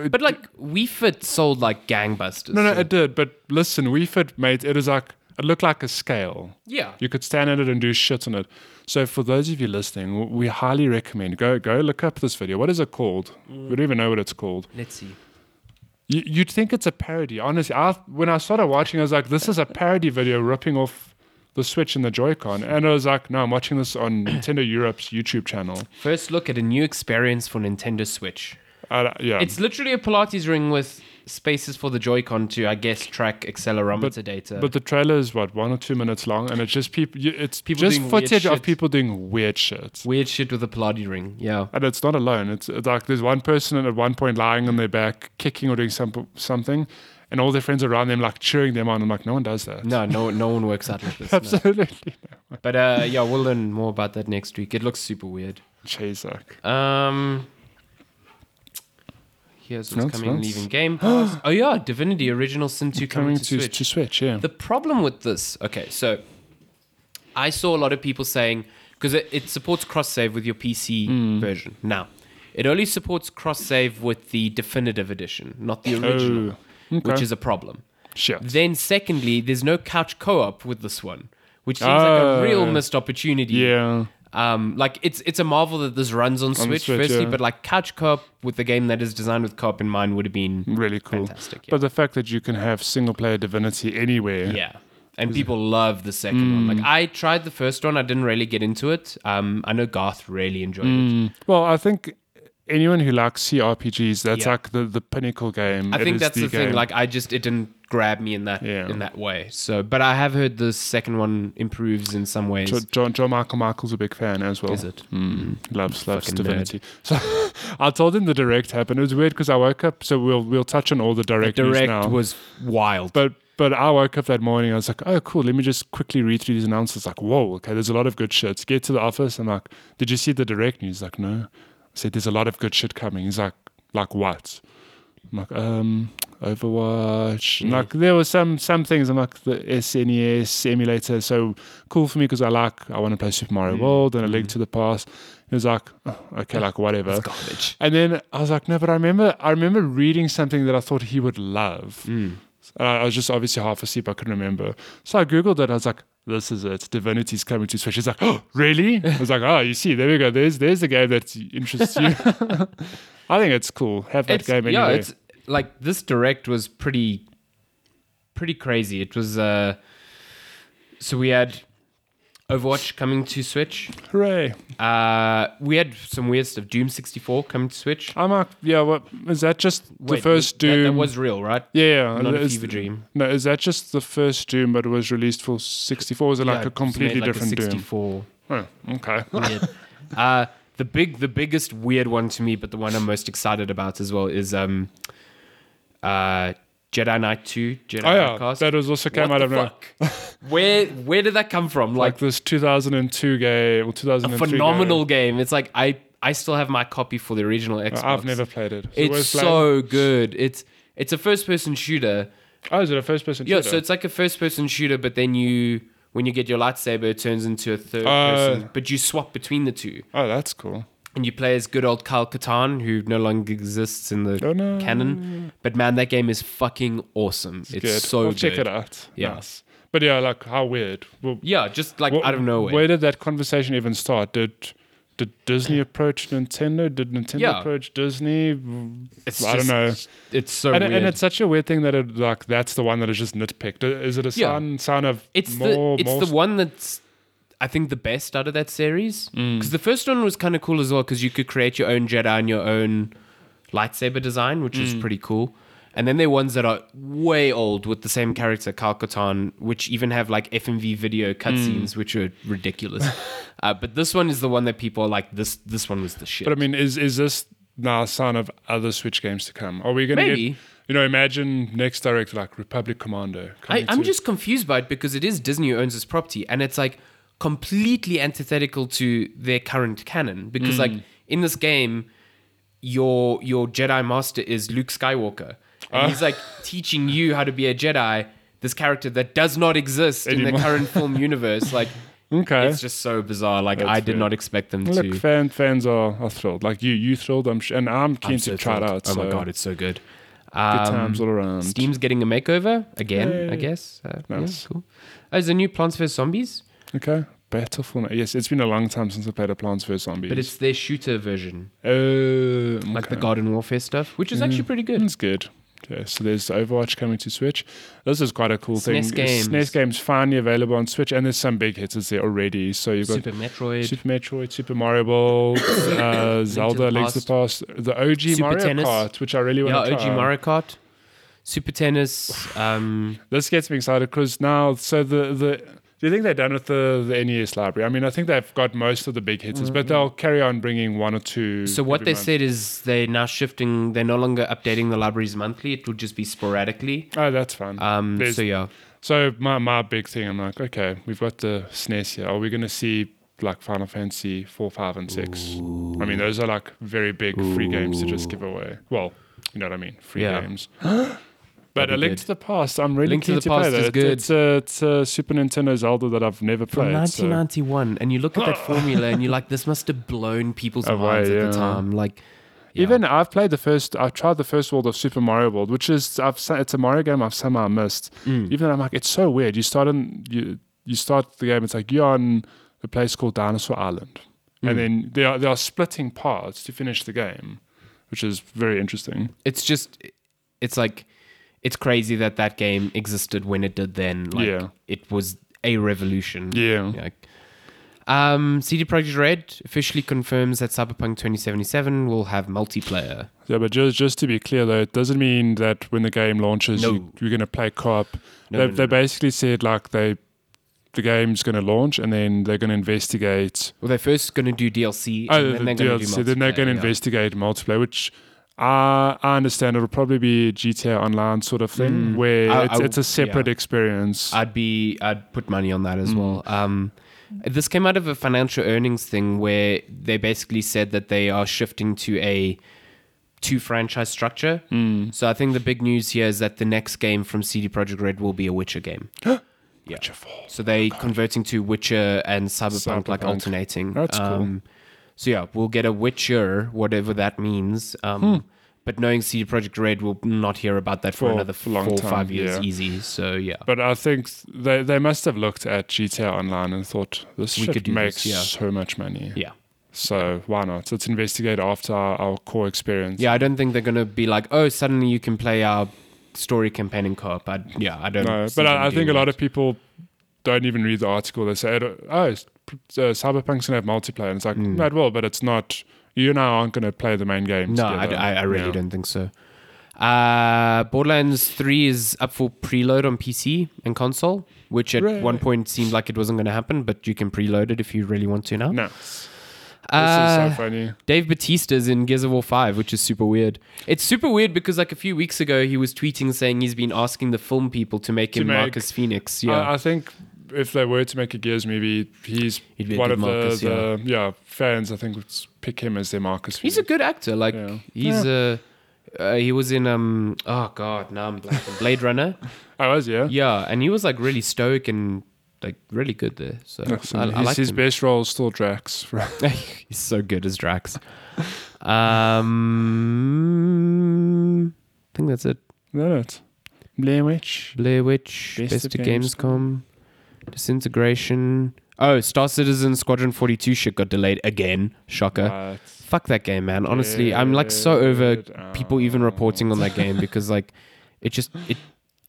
Mm, But like Wii Fit sold like gangbusters. no, no, so- it did. But listen, Wii Fit, mate, it was like it looked like a scale. yeah, You could stand on it and do shit on it. So for those of you listening, w- we highly recommend go go look up this video. What is it called? We don't even know what it's called. let's see. You, you'd think it's a parody. Honestly, I, when I started watching, I was like, this is a parody video ripping off the Switch and the Joy-Con. And I was like, no, I'm watching this on Nintendo Europe's YouTube channel. First look at a new experience for Nintendo Switch. And, uh, yeah. It's literally a Pilates ring with spaces for the Joy-Con to, I guess, track accelerometer data. but the trailer is what one or two minutes long, and it's just people. It's People just doing weird footage of shit. people doing weird shit. Weird shit with a Pilates ring. Yeah. and it's not alone. It's, it's like there's one person at one point lying on their back, kicking or doing some, something, and all their friends around them like cheering them on. I'm like, no one does that. No, no, no one works out like this. no. Absolutely. But uh, yeah, we'll learn more about that next week. It looks super weird. Jeez, like, Um, here's what's Nice, coming nice. leaving Game Pass. oh yeah, Divinity Original Sin 2 coming, coming to, to, Switch. to Switch, yeah. The problem with this, okay, so I saw a lot of people saying because it, it supports cross save with your PC version. Now, it only supports cross save with the definitive edition, not the original, which okay. is a problem. Shit. Then, secondly, there's no couch co-op with this one, which seems like a real Oh. missed opportunity. yeah. Um, like it's it's a marvel that this runs on, Switch, Switch, firstly, yeah. but like couch co-op with a game that is designed with co-op in mind would have been Really cool. Fantastic, yeah. But the fact that you can have single player divinity anywhere. yeah. And people love the second one. Mm. Like I tried the first one, I didn't really get into it. Um, I know Garth really enjoyed it. Well, I think anyone who likes CRPGs, that's Yeah. like the, the pinnacle game. I It think is that's the, thing. game. Like I just it didn't grab me in that Yeah. in that way. So, but I have heard the second one improves in some ways. Jo- John, John Michael Michael's a big fan as well. Mm. Is it? Hmm. Loves, loves Fucking nerd. divinity. So I told him the direct happened. It was weird because I woke up. So we'll we'll touch on all the direct, news Direct now. was wild. but but I woke up that morning. I was like, oh cool. Let me just quickly read through these announcements. Like, whoa, okay. There's a lot of good shit. Get to the office. I'm like, did you see the direct news? He's Like, no. I said, there's a lot of good shit coming. He's like, like what? I'm like, um, Overwatch. And, Like there were some some things. I'm like the SNES emulator. So cool for me because I like I want to play Super Mario World and a link to the past. It was like oh, okay, like whatever. garbage. And then I was like, no, but I remember I remember reading something that I thought he would love. Hmm. And I I was just obviously half asleep. I couldn't remember. So I googled it. I was like, this is it. Divinity's coming to Switch. He's like, oh, really? I was like, oh, you see, there we go. There's there's the game that interests you. I think it's cool. Have that It's- game anyway. Yeah, it's like this direct was pretty pretty crazy. It was uh so we had Overwatch coming to Switch. Hooray! Uh we had some weird stuff. Doom sixty four coming to Switch. I'm like, yeah. What is that? Just the Wait, first that- Doom? that, was real, right? yeah, yeah. Not a Is- fever dream. No, is that just the first Doom, but it was released for 64? Was it like Yeah, a completely made like a different Doom? 64. Oh, okay. Weird. uh the big the biggest weird one to me, but the one I'm most excited about as well is um uh Jedi Knight 2, Jedi Oh yeah, Outcast. that was also came What out the of nowhere. fuck? Where where did that come from? Like, Like this 2002 game or 2003 game. phenomenal game. It's like I I still have my copy for the original Xbox. Uh, I've never played it. it It's was like- so good. It's it's a first person shooter. Oh, is it a first person Yeah, shooter? so it's like a first person shooter, but then you when you get your lightsaber, it turns into a third Uh, person. But you swap between the two, oh, that's cool. and you play as good old Kyle Katarn, who no longer exists in the Oh, no. canon. But man, that game is fucking awesome. It's, Good. so I'll good. check it out. Yeah. Nice. But yeah, like how weird. Well, Yeah, just like wh- out of nowhere. Where did that conversation even start? Did did Disney approach Nintendo? Did Nintendo Yeah. approach Disney? It's I don't know. It's so And, weird. and it's such a weird thing that it like that's the one that is just nitpicked. Is it a Yeah. sign sign of it's more the it's more the one that's I think the best out of that series because the first one was kind of cool as well because you could create your own Jedi and your own lightsaber design, which is pretty cool. And then there are ones that are way old with the same character, Kyle Katarn, which even have like FMV video cutscenes, which are ridiculous. uh, but this one is the one that people are like, this this one was the shit. But I mean, is is this now a sign of other Switch games to come? Are we going to Maybe. get? You know, imagine next direct like Republic Commando. I, coming I'm to- just confused by it because it is Disney who owns this property, and it's like completely antithetical to their current canon. Because like Hmm. in this game, your your Jedi master is Luke Skywalker, and he's like teaching you how to be a Jedi. This character that does not exist in the Anymore. current film universe, like okay. it's just so bizarre. Like I did weird. not expect them Look, to. fan, fans are, are thrilled. Like you, you thrilled. I'm sh- and I'm keen I'm to so try it thrilled. out. Oh my so god, it's so good. good Um, times all around. Steam's getting a makeover again, I Yay. guess. Uh, yeah, Nice. cool. Oh, is the new Plants vs Zombies? Okay, Battlefield. Yes, it's been a long time since I played a Plants vs Zombies. But it's their shooter version, uh, Mm. like the Garden Warfare stuff, which is actually pretty good. It's good. Okay, so there's Overwatch coming to Switch. This is quite a cool thing. SNES games. SNES games finally available on Switch, and there's some big hitters there already. So you've got Super Metroid. Super Metroid, Super Mario Ball, uh, Zelda, the Links to the Past, the OG Super Mario Tennis. Kart, which I really yeah, want to OG try. Mario Kart. Super Tennis. Um, This gets me excited because now, so the the. Do you think they're done with the, the NES library? I mean, I think they've got most of the big hitters, but they'll carry on bringing one or two. Mm. so what every they month. said is they're now shifting. They're no longer updating the libraries monthly. It will just be sporadically. Oh, that's fun. Um, There's- so yeah, So my my big thing, I'm like, okay, we've got the SNES here. Are we gonna see like Final Fantasy four, five, and six? I mean, those are like very big free games to just give away. Well, you know what I mean, free Yeah. games. But be a Link good. to the Past, I'm really Link to keen the to, play Past that. is good. It's a, it's a Super Nintendo Zelda that I've never from played. so- 1991, and you look at that formula and you're like, this must have blown people's Away, minds at yeah. the time. Like, yeah. Even I've played the first. I've tried the first world of Super Mario World, which is I've s- it's a Mario game I've somehow missed. Mm. Even though I'm like, it's so weird. You start in you you start the game. It's like you're on a place called Dinosaur Island, Mm. and then they are they are splitting parts to finish the game, which is very interesting. it's just it's like it's crazy that that game existed when it did then like Yeah. it was a revolution Yeah. Like, Mm-hmm. um cd projekt red officially confirms that cyberpunk 2077 will have multiplayer Yeah, but just just to be clear though, it doesn't mean that when the game launches, you, No. you're going to play co-op. No, they no, no, they no. basically said like they. The game's going to launch, and then they're going to investigate well they're first going to do dlc Oh, and the then they're going to do DLC. Then they're multiplayer, going to yeah. investigate multiplayer, which I, I understand it'll probably be GTA Online sort of thing, where Mm. I- it's, I- it's a separate yeah. experience. I'd be I'd put money on that as well. Mm. Um, this came out of a financial earnings thing where they basically said that they are shifting to a two franchise structure. Mm. So I think the big news here is that the next game from CD Projekt Red will be a Witcher game. yeah. Witcher 4. So they converting to Witcher and Cyberpunk, like Cyberpunk. alternating. That's cool. cool. So yeah, we'll get a Witcher, whatever that means. Um, But knowing CD Projekt Red, we'll not hear about that for, Hmm. For- another for a long four time, or five years yeah. easy. So yeah. But I think they they must have looked at GTA Online and thought this We shit could do makes this, yeah. so much money. yeah. So why not? Let's investigate after our, our core experience. Yeah, I don't think they're gonna be like, oh, suddenly you can play our story campaign in co-op. I, yeah, I don't. No, see but them I, I think a doing lot that. of people don't even read the article. They say, "Oh, it's- uh, Cyberpunk's gonna have multiplayer," and it's like, Mm. "No, it will," but it's not. You and I aren't gonna play the main game. No, I, together. I, I really Yeah. don't think so. Uh, Borderlands Three is up for preload on PC and console, which at Hooray. one point seemed like it wasn't gonna happen, but you can preload it if you really want to now. No. Uh, this is uh, so funny. Dave Batista's in Gears of War 5, which is super weird. It's super weird because like a few weeks ago he was tweeting saying he's been asking the film people to make To him make- Marcus Phoenix. Yeah. I, I think if they were to make a Gears movie, he's He'd be a one good of Marcus, the, the yeah. fans. I think would s- pick him as their Marcus. He's a good actor. Like Yeah. he's a. Uh, he was in um oh god now I'm blanking Blade Runner I was Oh, yeah. yeah and he was like really stoic and like really good there so I, I his like his him best role is still Drax. from- he's so good as Drax um I think that's it no, no, it's Blair Witch. Blair Witch Best Best, of of, Gamescom Disintegration oh Star Citizen Squadron 42 shit got delayed again shocker But Fuck that game, man. Honestly, I'm like so over people even reporting on that game because like it just it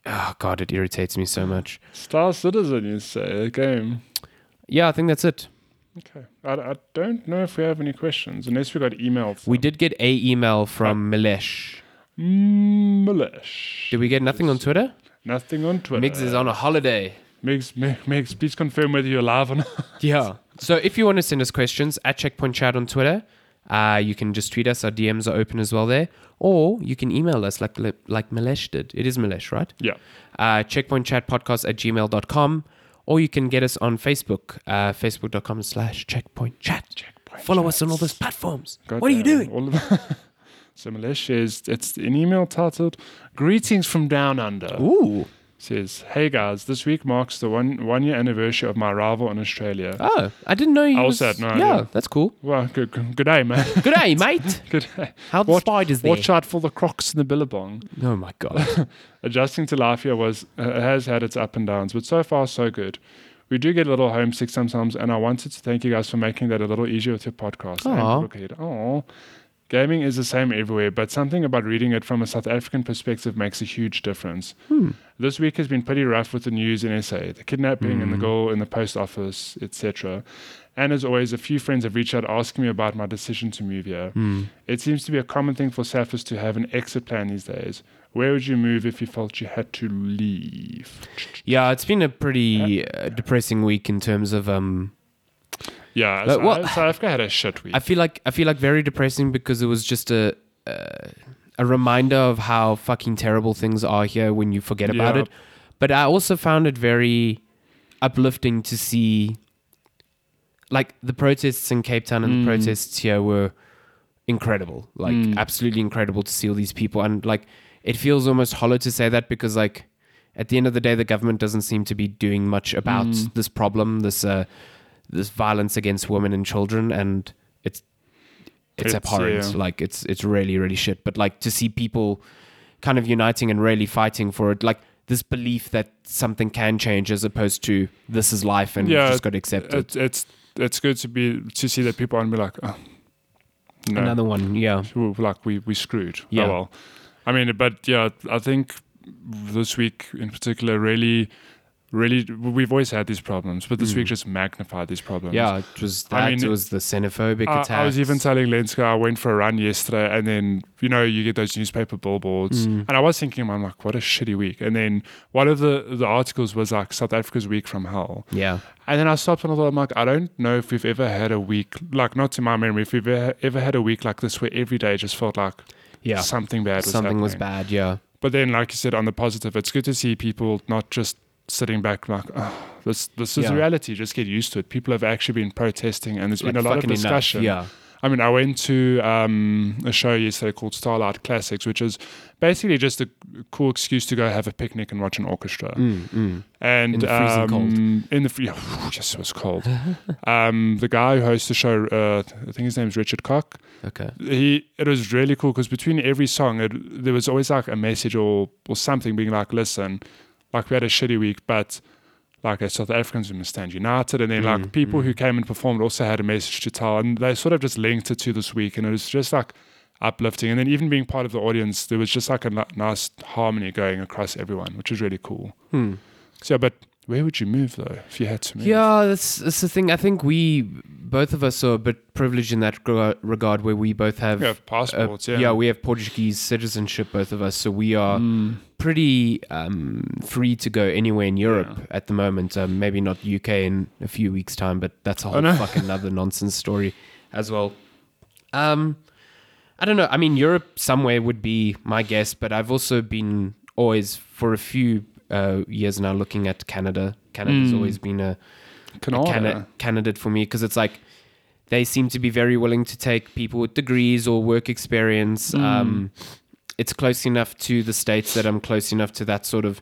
oh god, it irritates me so much. Star Citizen, you say the game. Yeah, I think that's it. Okay, I, I don't know if we have any questions unless we got emails. We did get a email from Milesh. Mm, Milish. Did we get nothing on Twitter? Nothing on Twitter. Migs is on a holiday. Migs, Mi- Migs, please confirm whether you're live or not. Yeah. So if you want to send us questions at Checkpoint Chat on Twitter, uh, you can just tweet us. Our DMs are open as well there, or you can email us like like Milesh did. It is Milesh, right? yeah. uh, checkpointchatpodcast at gmail.com or you can get us on facebook uh, facebook.com slash checkpoint chat follow us on all those platforms what are you doing All of- so Milish is it's an email titled "Greetings from Down Under." ooh Says, "Hey guys, this week marks the one one year anniversary of my arrival in Australia." oh i didn't know you I was, was sad, no yeah idea. that's cool Well, good, good, good day, man. good day mate good day. how the Watch- spiders there Watch out for the crocs and the billabong. oh my god Adjusting to life here was uh, has had its up and downs, but so far so good. We do get a little homesick sometimes, and I wanted to thank you guys for making that a little easier with your podcast. Aw. And look ahead. Aw. Gaming is the same everywhere, but something about reading it from a South African perspective makes a huge difference. Hmm. This week has been pretty rough with the news in SA, the kidnapping Mm. and the girl in the post office, etc. And as always, a few friends have reached out asking me about my decision to move here. Mm. It seems to be a common thing for Sapphirs to have an exit plan these days. Where would you move if you felt you had to leave? Yeah, it's been a pretty uh, depressing week in terms of um Yeah, Like, South, what- South Africa had a shit week. I feel like I feel like very depressing because it was just a uh, a reminder of how fucking terrible things are here when you forget about Yeah. it. But I also found it very uplifting to see, like the protests in Cape Town and the protests here were incredible, like Hmm. absolutely incredible to see all these people. And like it feels almost hollow to say that because like at the end of the day, the government doesn't seem to be doing much about Hmm. this problem, this uh, this violence against women and children, and it's it's, It's, abhorrent. yeah. Like it's it's really really shit. But like to see people kind of uniting and really fighting for it, like this belief that something can change as opposed to this is life and Yeah, uh, we've just got to accept it. it's it's it's good to be to see that people aren't be like, oh, no, Another one, yeah. We're like we we screwed. Yeah. Oh well, I mean, but yeah, I think this week in particular really, really, we've always had these problems, but this week just magnified these problems. Hmm. Yeah, it was that. I mean, it was the xenophobic I, attacks. I was even telling Lenska I went for a run yesterday, and then you know you get those newspaper billboards, Hmm. and I was thinking, I'm like, what a shitty week. And then one of the the articles was like South Africa's week from hell, yeah, and then I stopped and I thought, I'm like, I don't know if we've ever had a week like not to my memory, if we've ever, ever had a week like this where every day just felt like yeah. something bad was Something was happening. bad. Yeah. But then, like you said, on the positive, it's good to see people not just sitting back like, oh, this this is Yeah. reality. Just get used to it. People have actually been protesting, and there's been Like, a lot of fucking enough, discussion. Yeah. I mean, I went to um, a show yesterday called Starlight Classics, which is basically just a cool excuse to go have a picnic and watch an orchestra. Mm, mm. And In the freezing um, cold. In the free- yes, it was cold. um, the guy who hosts the show, uh, I think his name's Richard Cock Okay. he it was really cool because between every song it, there was always like a message or or something being like listen like we had a shitty week but like as South Africans we must stand united and then Mm, like people who came and performed also had a message to tell and they sort of just linked it to this week and it was just like uplifting and then even being part of the audience there was just like a ni- nice harmony going across everyone which was really cool Hmm. so but where would you move though if you had to move Yeah, that's, that's the thing. I think we both of us are a bit privileged in that gr- regard, where we both have yeah uh, passports yeah yeah, we have Portuguese citizenship, both of us, so we are pretty um, free to go anywhere in Europe at the moment. Um, maybe not UK in a few weeks' time, but that's a whole no. fucking another nonsense story as well. Um, I don't know. I mean, Europe somewhere would be my guess, but I've also been always for a few uh, years now looking at Canada. Canada's always been a a Canada. cana- candidate for me because it's like they seem to be very willing to take people with degrees or work experience. Hmm. Um, it's close enough to the states that I'm close enough to that sort of,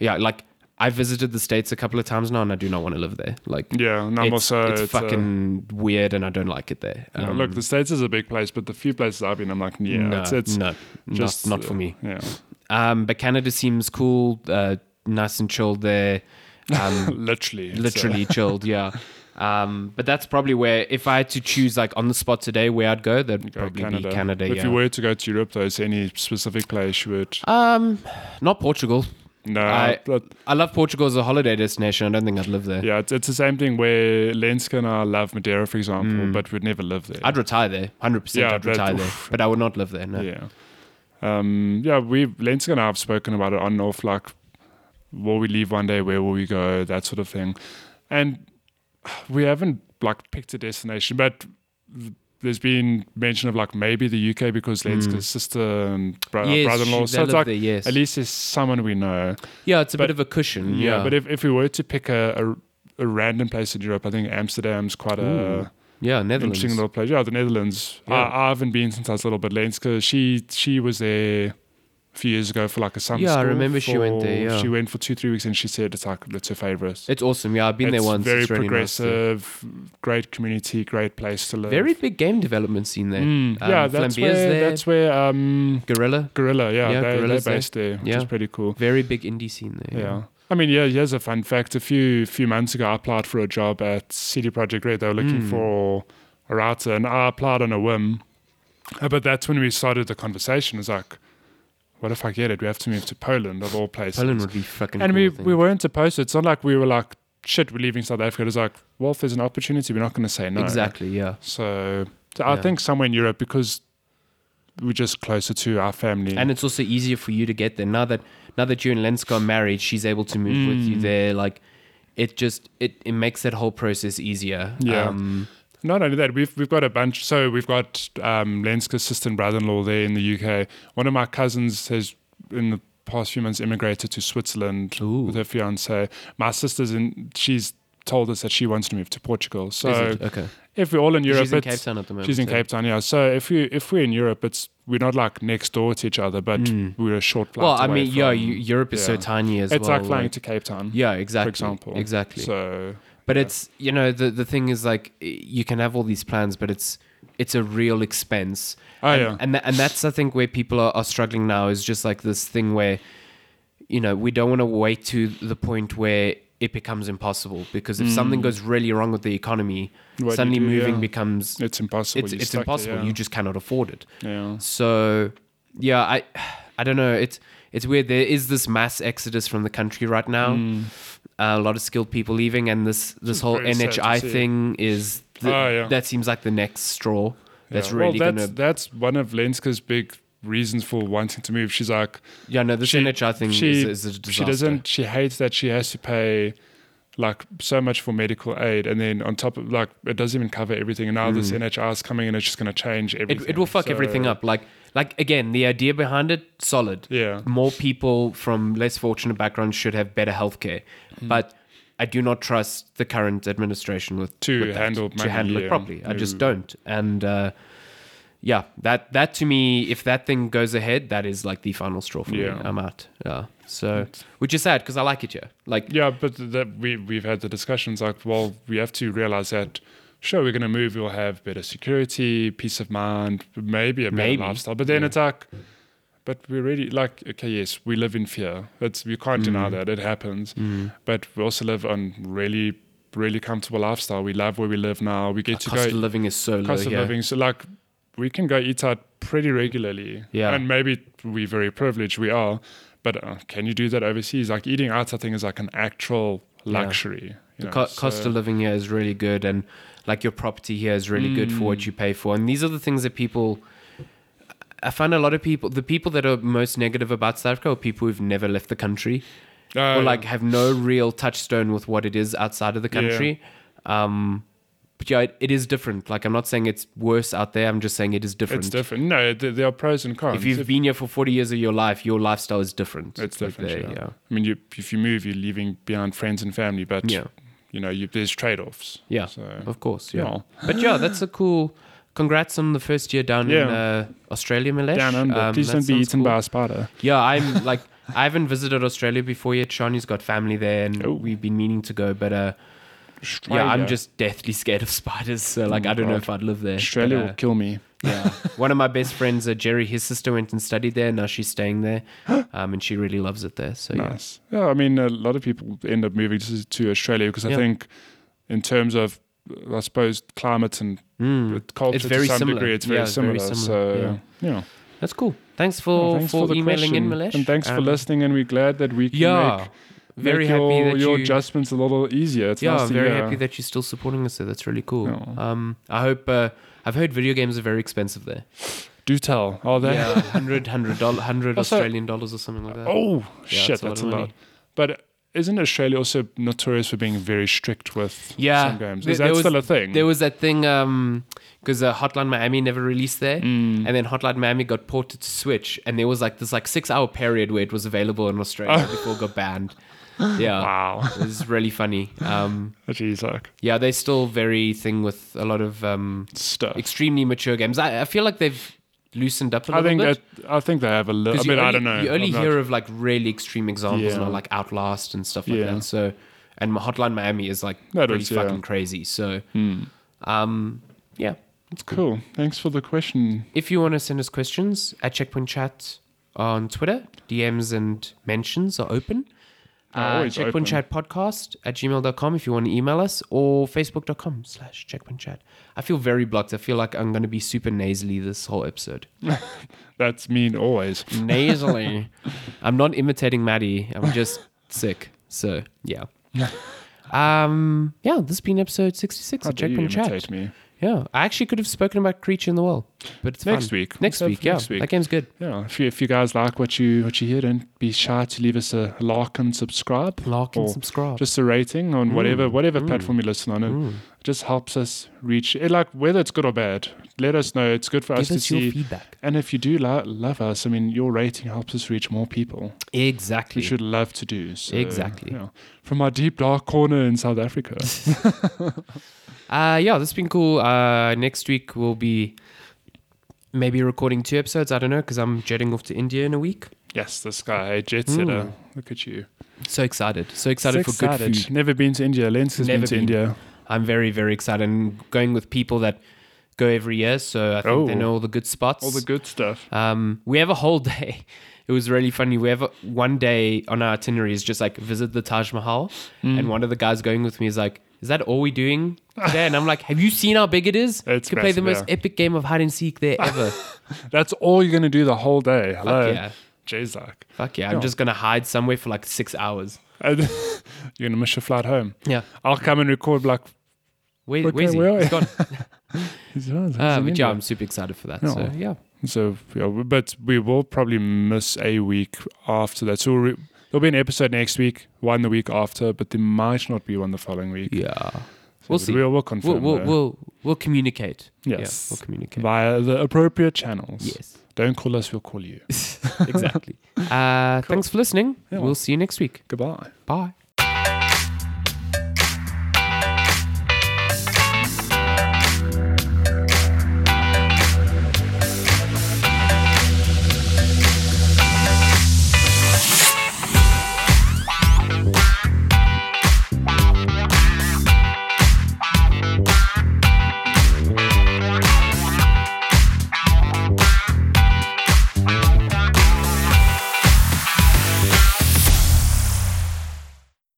yeah. Like I visited the states a couple of times now, and I do not want to live there. Like yeah and it's, I'm also it's it's, uh, fucking weird, and I don't like it there. Yeah, Um, look, the States is a big place, but the few places I've been, I'm like, yeah, no, it's, it's no, just uh, not not for me. Yeah. Um, but Canada seems cool, uh, nice and chilled there. Um, Literally. it's, uh, literally chilled yeah um but that's probably where if i had to choose like on the spot today where i'd go that'd go probably be canada If yeah you were to go to Europe, though, is there any specific place you would? um not portugal No, I- but i love portugal as a holiday destination i don't think i'd live there yeah, it's, it's the same thing where Lenska and I love Madeira, for example, Hmm. but we'd never live there. i'd retire there 100% Yeah, i'd but- retire there oof. but i would not live there no Yeah. Um, yeah, we Lenska and I have spoken about it on and off, like, will we leave one day? Where will we go? That sort of thing. And we haven't, like, picked a destination, but th- there's been mention of, like, maybe the UK because Lenska's sister and bro- Hmm. Yes, brother in law. she- they So it's live like, there, yes. at least there's someone we know. yeah it's a But- bit of a cushion yeah, Yeah. But if, if we were to pick a, a, a random place in Europe, I think Amsterdam's quite a. Ooh. yeah netherlands Interesting little place. Yeah, the Netherlands. Yeah. I, I haven't been since I was little, but Lenska, she she was there a few years ago for like a summer Yeah, I school remember she went there, for- yeah. She went for two, three weeks and she said it's like it's her favorite. it's awesome yeah i've been it's there once Very it's really nice, yeah. progressive, great community, great place to live. very big game development scene there Mm, Um, yeah, that's Flambeer's where, there. that's where um gorilla Gorilla, yeah, Yeah, they, they're Gorilla's there. based there, which Yeah. is pretty cool. very big indie scene there Yeah. I mean, yeah, here's a fun fact. A few few months ago, I applied for a Hmm. job at CD Projekt Red. They were looking for a router, and I applied on a whim. Uh, But that's when we started the conversation. It's like, what if I get it? We have to move to Poland of all places. Poland would be fucking. and cool we, thing. we weren't supposed to. It's not like we were like, shit, we're leaving South Africa. It was like, well, if there's an opportunity, we're not going to say no. exactly yeah. So, so I Yeah. think somewhere in Europe because we're just closer to our family. And it's also easier for you to get there now that now that you and Lenska are married. She's able to move with Mm. you there. Like it just it it makes that whole process easier. Yeah. Um, Not only that, we've we've got a bunch. So we've got um, Lenska's sister and brother-in-law there in the UK. One of my cousins has in the past few months immigrated to Switzerland Ooh. with her fiance. My sister's in. She's told us that she wants to move to Portugal. So is it? Okay. if we're all in Europe, she's in it's- Cape Town at the moment. She's in so- Cape Town, yeah. So if you if we're in Europe, it's we're not like next door to each other, but we're a short flight. Hmm. Well, I away mean, yeah, from- you, Europe is so yeah. tiny as It's well. like flying to Cape Town, yeah, exactly. for example. Exactly. So But it's you know the the thing is like i- you can have all these plans, but it's it's a real expense. Oh, and, yeah. and tha- and that's I think where people are, are struggling now is just like this thing where, you know, we don't want to wait to the point where it becomes impossible because if something goes really wrong with the economy, Mm. What do you suddenly do? moving Yeah. becomes it's impossible. it's You're it's stuck there, impossible. yeah. You just cannot afford it. yeah. So, yeah, I, I don't know. It's it's weird. There is this mass exodus from the country right now. Hmm. Uh, a lot of skilled people leaving, and this this whole very sad to NHI see. thing is the, Oh, yeah. that seems like the next straw. That's Yeah. really well, that's, gonna. that's one of Lenska's big reasons for wanting to move. She's like Yeah, no, this she- NHI thing she is, is a disaster. she doesn't she hates that she has to pay like so much for medical aid, and then on top of like it doesn't even cover everything. And now this NHR is coming, and it's just going to change Mm. It, everything. it will fuck So, everything up. Like like again, the idea behind it solid. Yeah. more people from less fortunate backgrounds should have better healthcare, Mm. but. I do not trust the current administration with To with that, handle money, to handle it yeah. Mm. properly. I just No. don't, and uh, yeah, that that to me, if that thing goes ahead, that is like the final straw for Yeah. me. I'm out. Yeah, so which is sad because I like it here. Like Yeah, but that we we've had the discussions like, well, we have to realize that. Sure, we're going to move. We'll have better security, peace of mind, maybe a better Maybe. lifestyle. But then it's like, but we're really like, okay, yes, we live in fear. It's we can't Mm. deny that it happens. But we also live on really, really comfortable lifestyle. We love where we live now. We get to cost go of living is so low. cost of here. living. So like we can go eat out pretty regularly. Yeah. And maybe we're very privileged, we are. But uh, can you do that overseas? Like eating out, I think, is like an actual luxury. you The know, co- cost so- of living here is really good, and like your property here is really good for Mm. what you pay for. And these are the things that people. I find a lot of people, the people that are most negative about South Africa are people who've never left the country Oh, or like have no real touchstone with what it is outside of the Yeah. country. Um, but yeah, it, it is different. Like, I'm not saying it's worse out there, I'm just saying it is different. it's different. No, th- there are pros and cons. If you've been here for 40 years of your life, your lifestyle is different. it's Like different. there, yeah. I mean, you, if you move, you're leaving behind friends and family, but Yeah. you know, you, there's trade offs. Yeah. So, Of course, yeah. yeah. But yeah, that's a cool. Congrats on the first year down in Yeah. uh, Australia, Milesh. Down under. Um, Please that don't be sounds eaten cool. by a spider. Yeah, I'm like I haven't visited Australia before yet. Shani's got family there, and Oh. we've been meaning to go, but uh, yeah, I'm Australia. just deathly scared of spiders. So like, I don't know if I'd live there. Australia But, will kill me. uh, yeah. One of my best friends, uh, Jerry, his sister went and studied there. Now she's staying there, um, and she really loves it there. So yeah. Nice. Yeah, I mean, a lot of people end up moving to, to Australia because I Yeah. think, in terms of, I suppose, climate and Mm. culture It's to very some similar. degree, it's very, Yeah, it's similar. very similar, So, yeah. That's cool. Thanks Well, for thanks for, for the emailing in, question. Milesh. And thanks for Um, listening. And we're glad that we can Yeah. make, very make happy your, that your you- adjustments a little easier. It's yeah, nice I'm to very hear. happy that you're still supporting us. There, that's really cool. Yeah. Um, I hope. Uh, I've heard video games are very expensive there. Do tell. Are they? Yeah, 100, 100, doll- 100 Also- Australian dollars or something like that. Oh, Yeah, shit, it's a lot that's a of lot. money. But isn't Australia also notorious for being very strict with Yeah, some games? there- Is there that was- still a thing? There was that thing because uh, Hotline Miami never released there, Mm. and then Hotline Miami got ported to Switch, and there was like this like six hour period where it was available in Australia before it got banned. Yeah, wow. it was really funny. Um, Jeez, like, yeah, they're still very thing with a lot of um, stuff. extremely mature games. I, I feel like they've loosened up a I little think bit. that I think they have a little. I 'Cause mean, you only, I don't know. You only I'm not- hear of like really extreme examples Yeah. now, like Outlast and stuff like Yeah. that. So, and my Hotline Miami is like That pretty is, yeah. Hmm. fucking crazy. So, um, yeah. cool. Thanks for the question. If you want to send us questions at Checkpoint Chat on Twitter, DMs and mentions are open. Uh, always open. checkpoint chat podcast at gmail.com if you want to email us or facebook.com slash checkpoint chat. I feel very blocked. I feel like I'm going to be super nasally this whole episode. That's mean always. nasally. I'm not imitating Maddie. I'm just sick. So, yeah. um, yeah, this has been episode 66 How of dare you Checkpoint Chat. imitate me? Yeah, I actually could have spoken about Creature in the Well, but it's Next fun. week. Next Let's have week, for yeah. next week. That game's good. Yeah, if you if you guys like what you what you hear, don't be shy to leave us a like and subscribe. Like and or subscribe. Mm. Just a rating on whatever whatever platform you listen on. It just helps us reach it, like whether it's good or bad. Let us know. It's good for Give us to us your see. feedback. and if you do lo- love us, I mean, your rating helps us reach more people, Exactly. which we'd love to do. So, Exactly. yeah. From our deep dark corner in South Africa. Uh, yeah, this has been cool. Uh, next week we'll be maybe recording two episodes. I don't know because I'm jetting off to India in a week. yes, this guy, jet setter. Look at you. So excited! So excited So for good excited. food. Never been to India. Lens has Never been to been. India. I'm very very excited. I'm going with people that go every year, so I think they Oh. know all the good spots. All the good stuff. um, we have a whole day. It was really funny. We have a, one day on our itinerary is just like visit the Taj Mahal, Hmm. and one of the guys going with me is like. Is that all we're doing today? And I'm like, have you seen how big it is? You It's can play the massive, most yeah. epic game of hide and seek there ever. That's all you're gonna do the whole day. Hello. yeah. Jay's like, Fuck yeah, I'm just gonna hide somewhere for like six hours. and you're gonna miss your flight home. Yeah. I'll come and record like. Where, Okay, where's he? where are He's you? gone. he's- oh, he's Uh, in but yeah, India. I'm super excited for that. Yeah. So yeah. So yeah, we- but we will probably miss a week after that. So we there'll be an episode next week, one the week after, but there might not be one the following week. Yeah. So We'll see. We'll, we'll We'll confirm we'll, though, we'll we'll communicate. uh, Yes. Yeah, we'll communicate. via the appropriate channels. Yes. Don't call us. We'll call you. exactly. Uh, Thanks for listening. Yeah. We'll see you next week. Goodbye. Bye.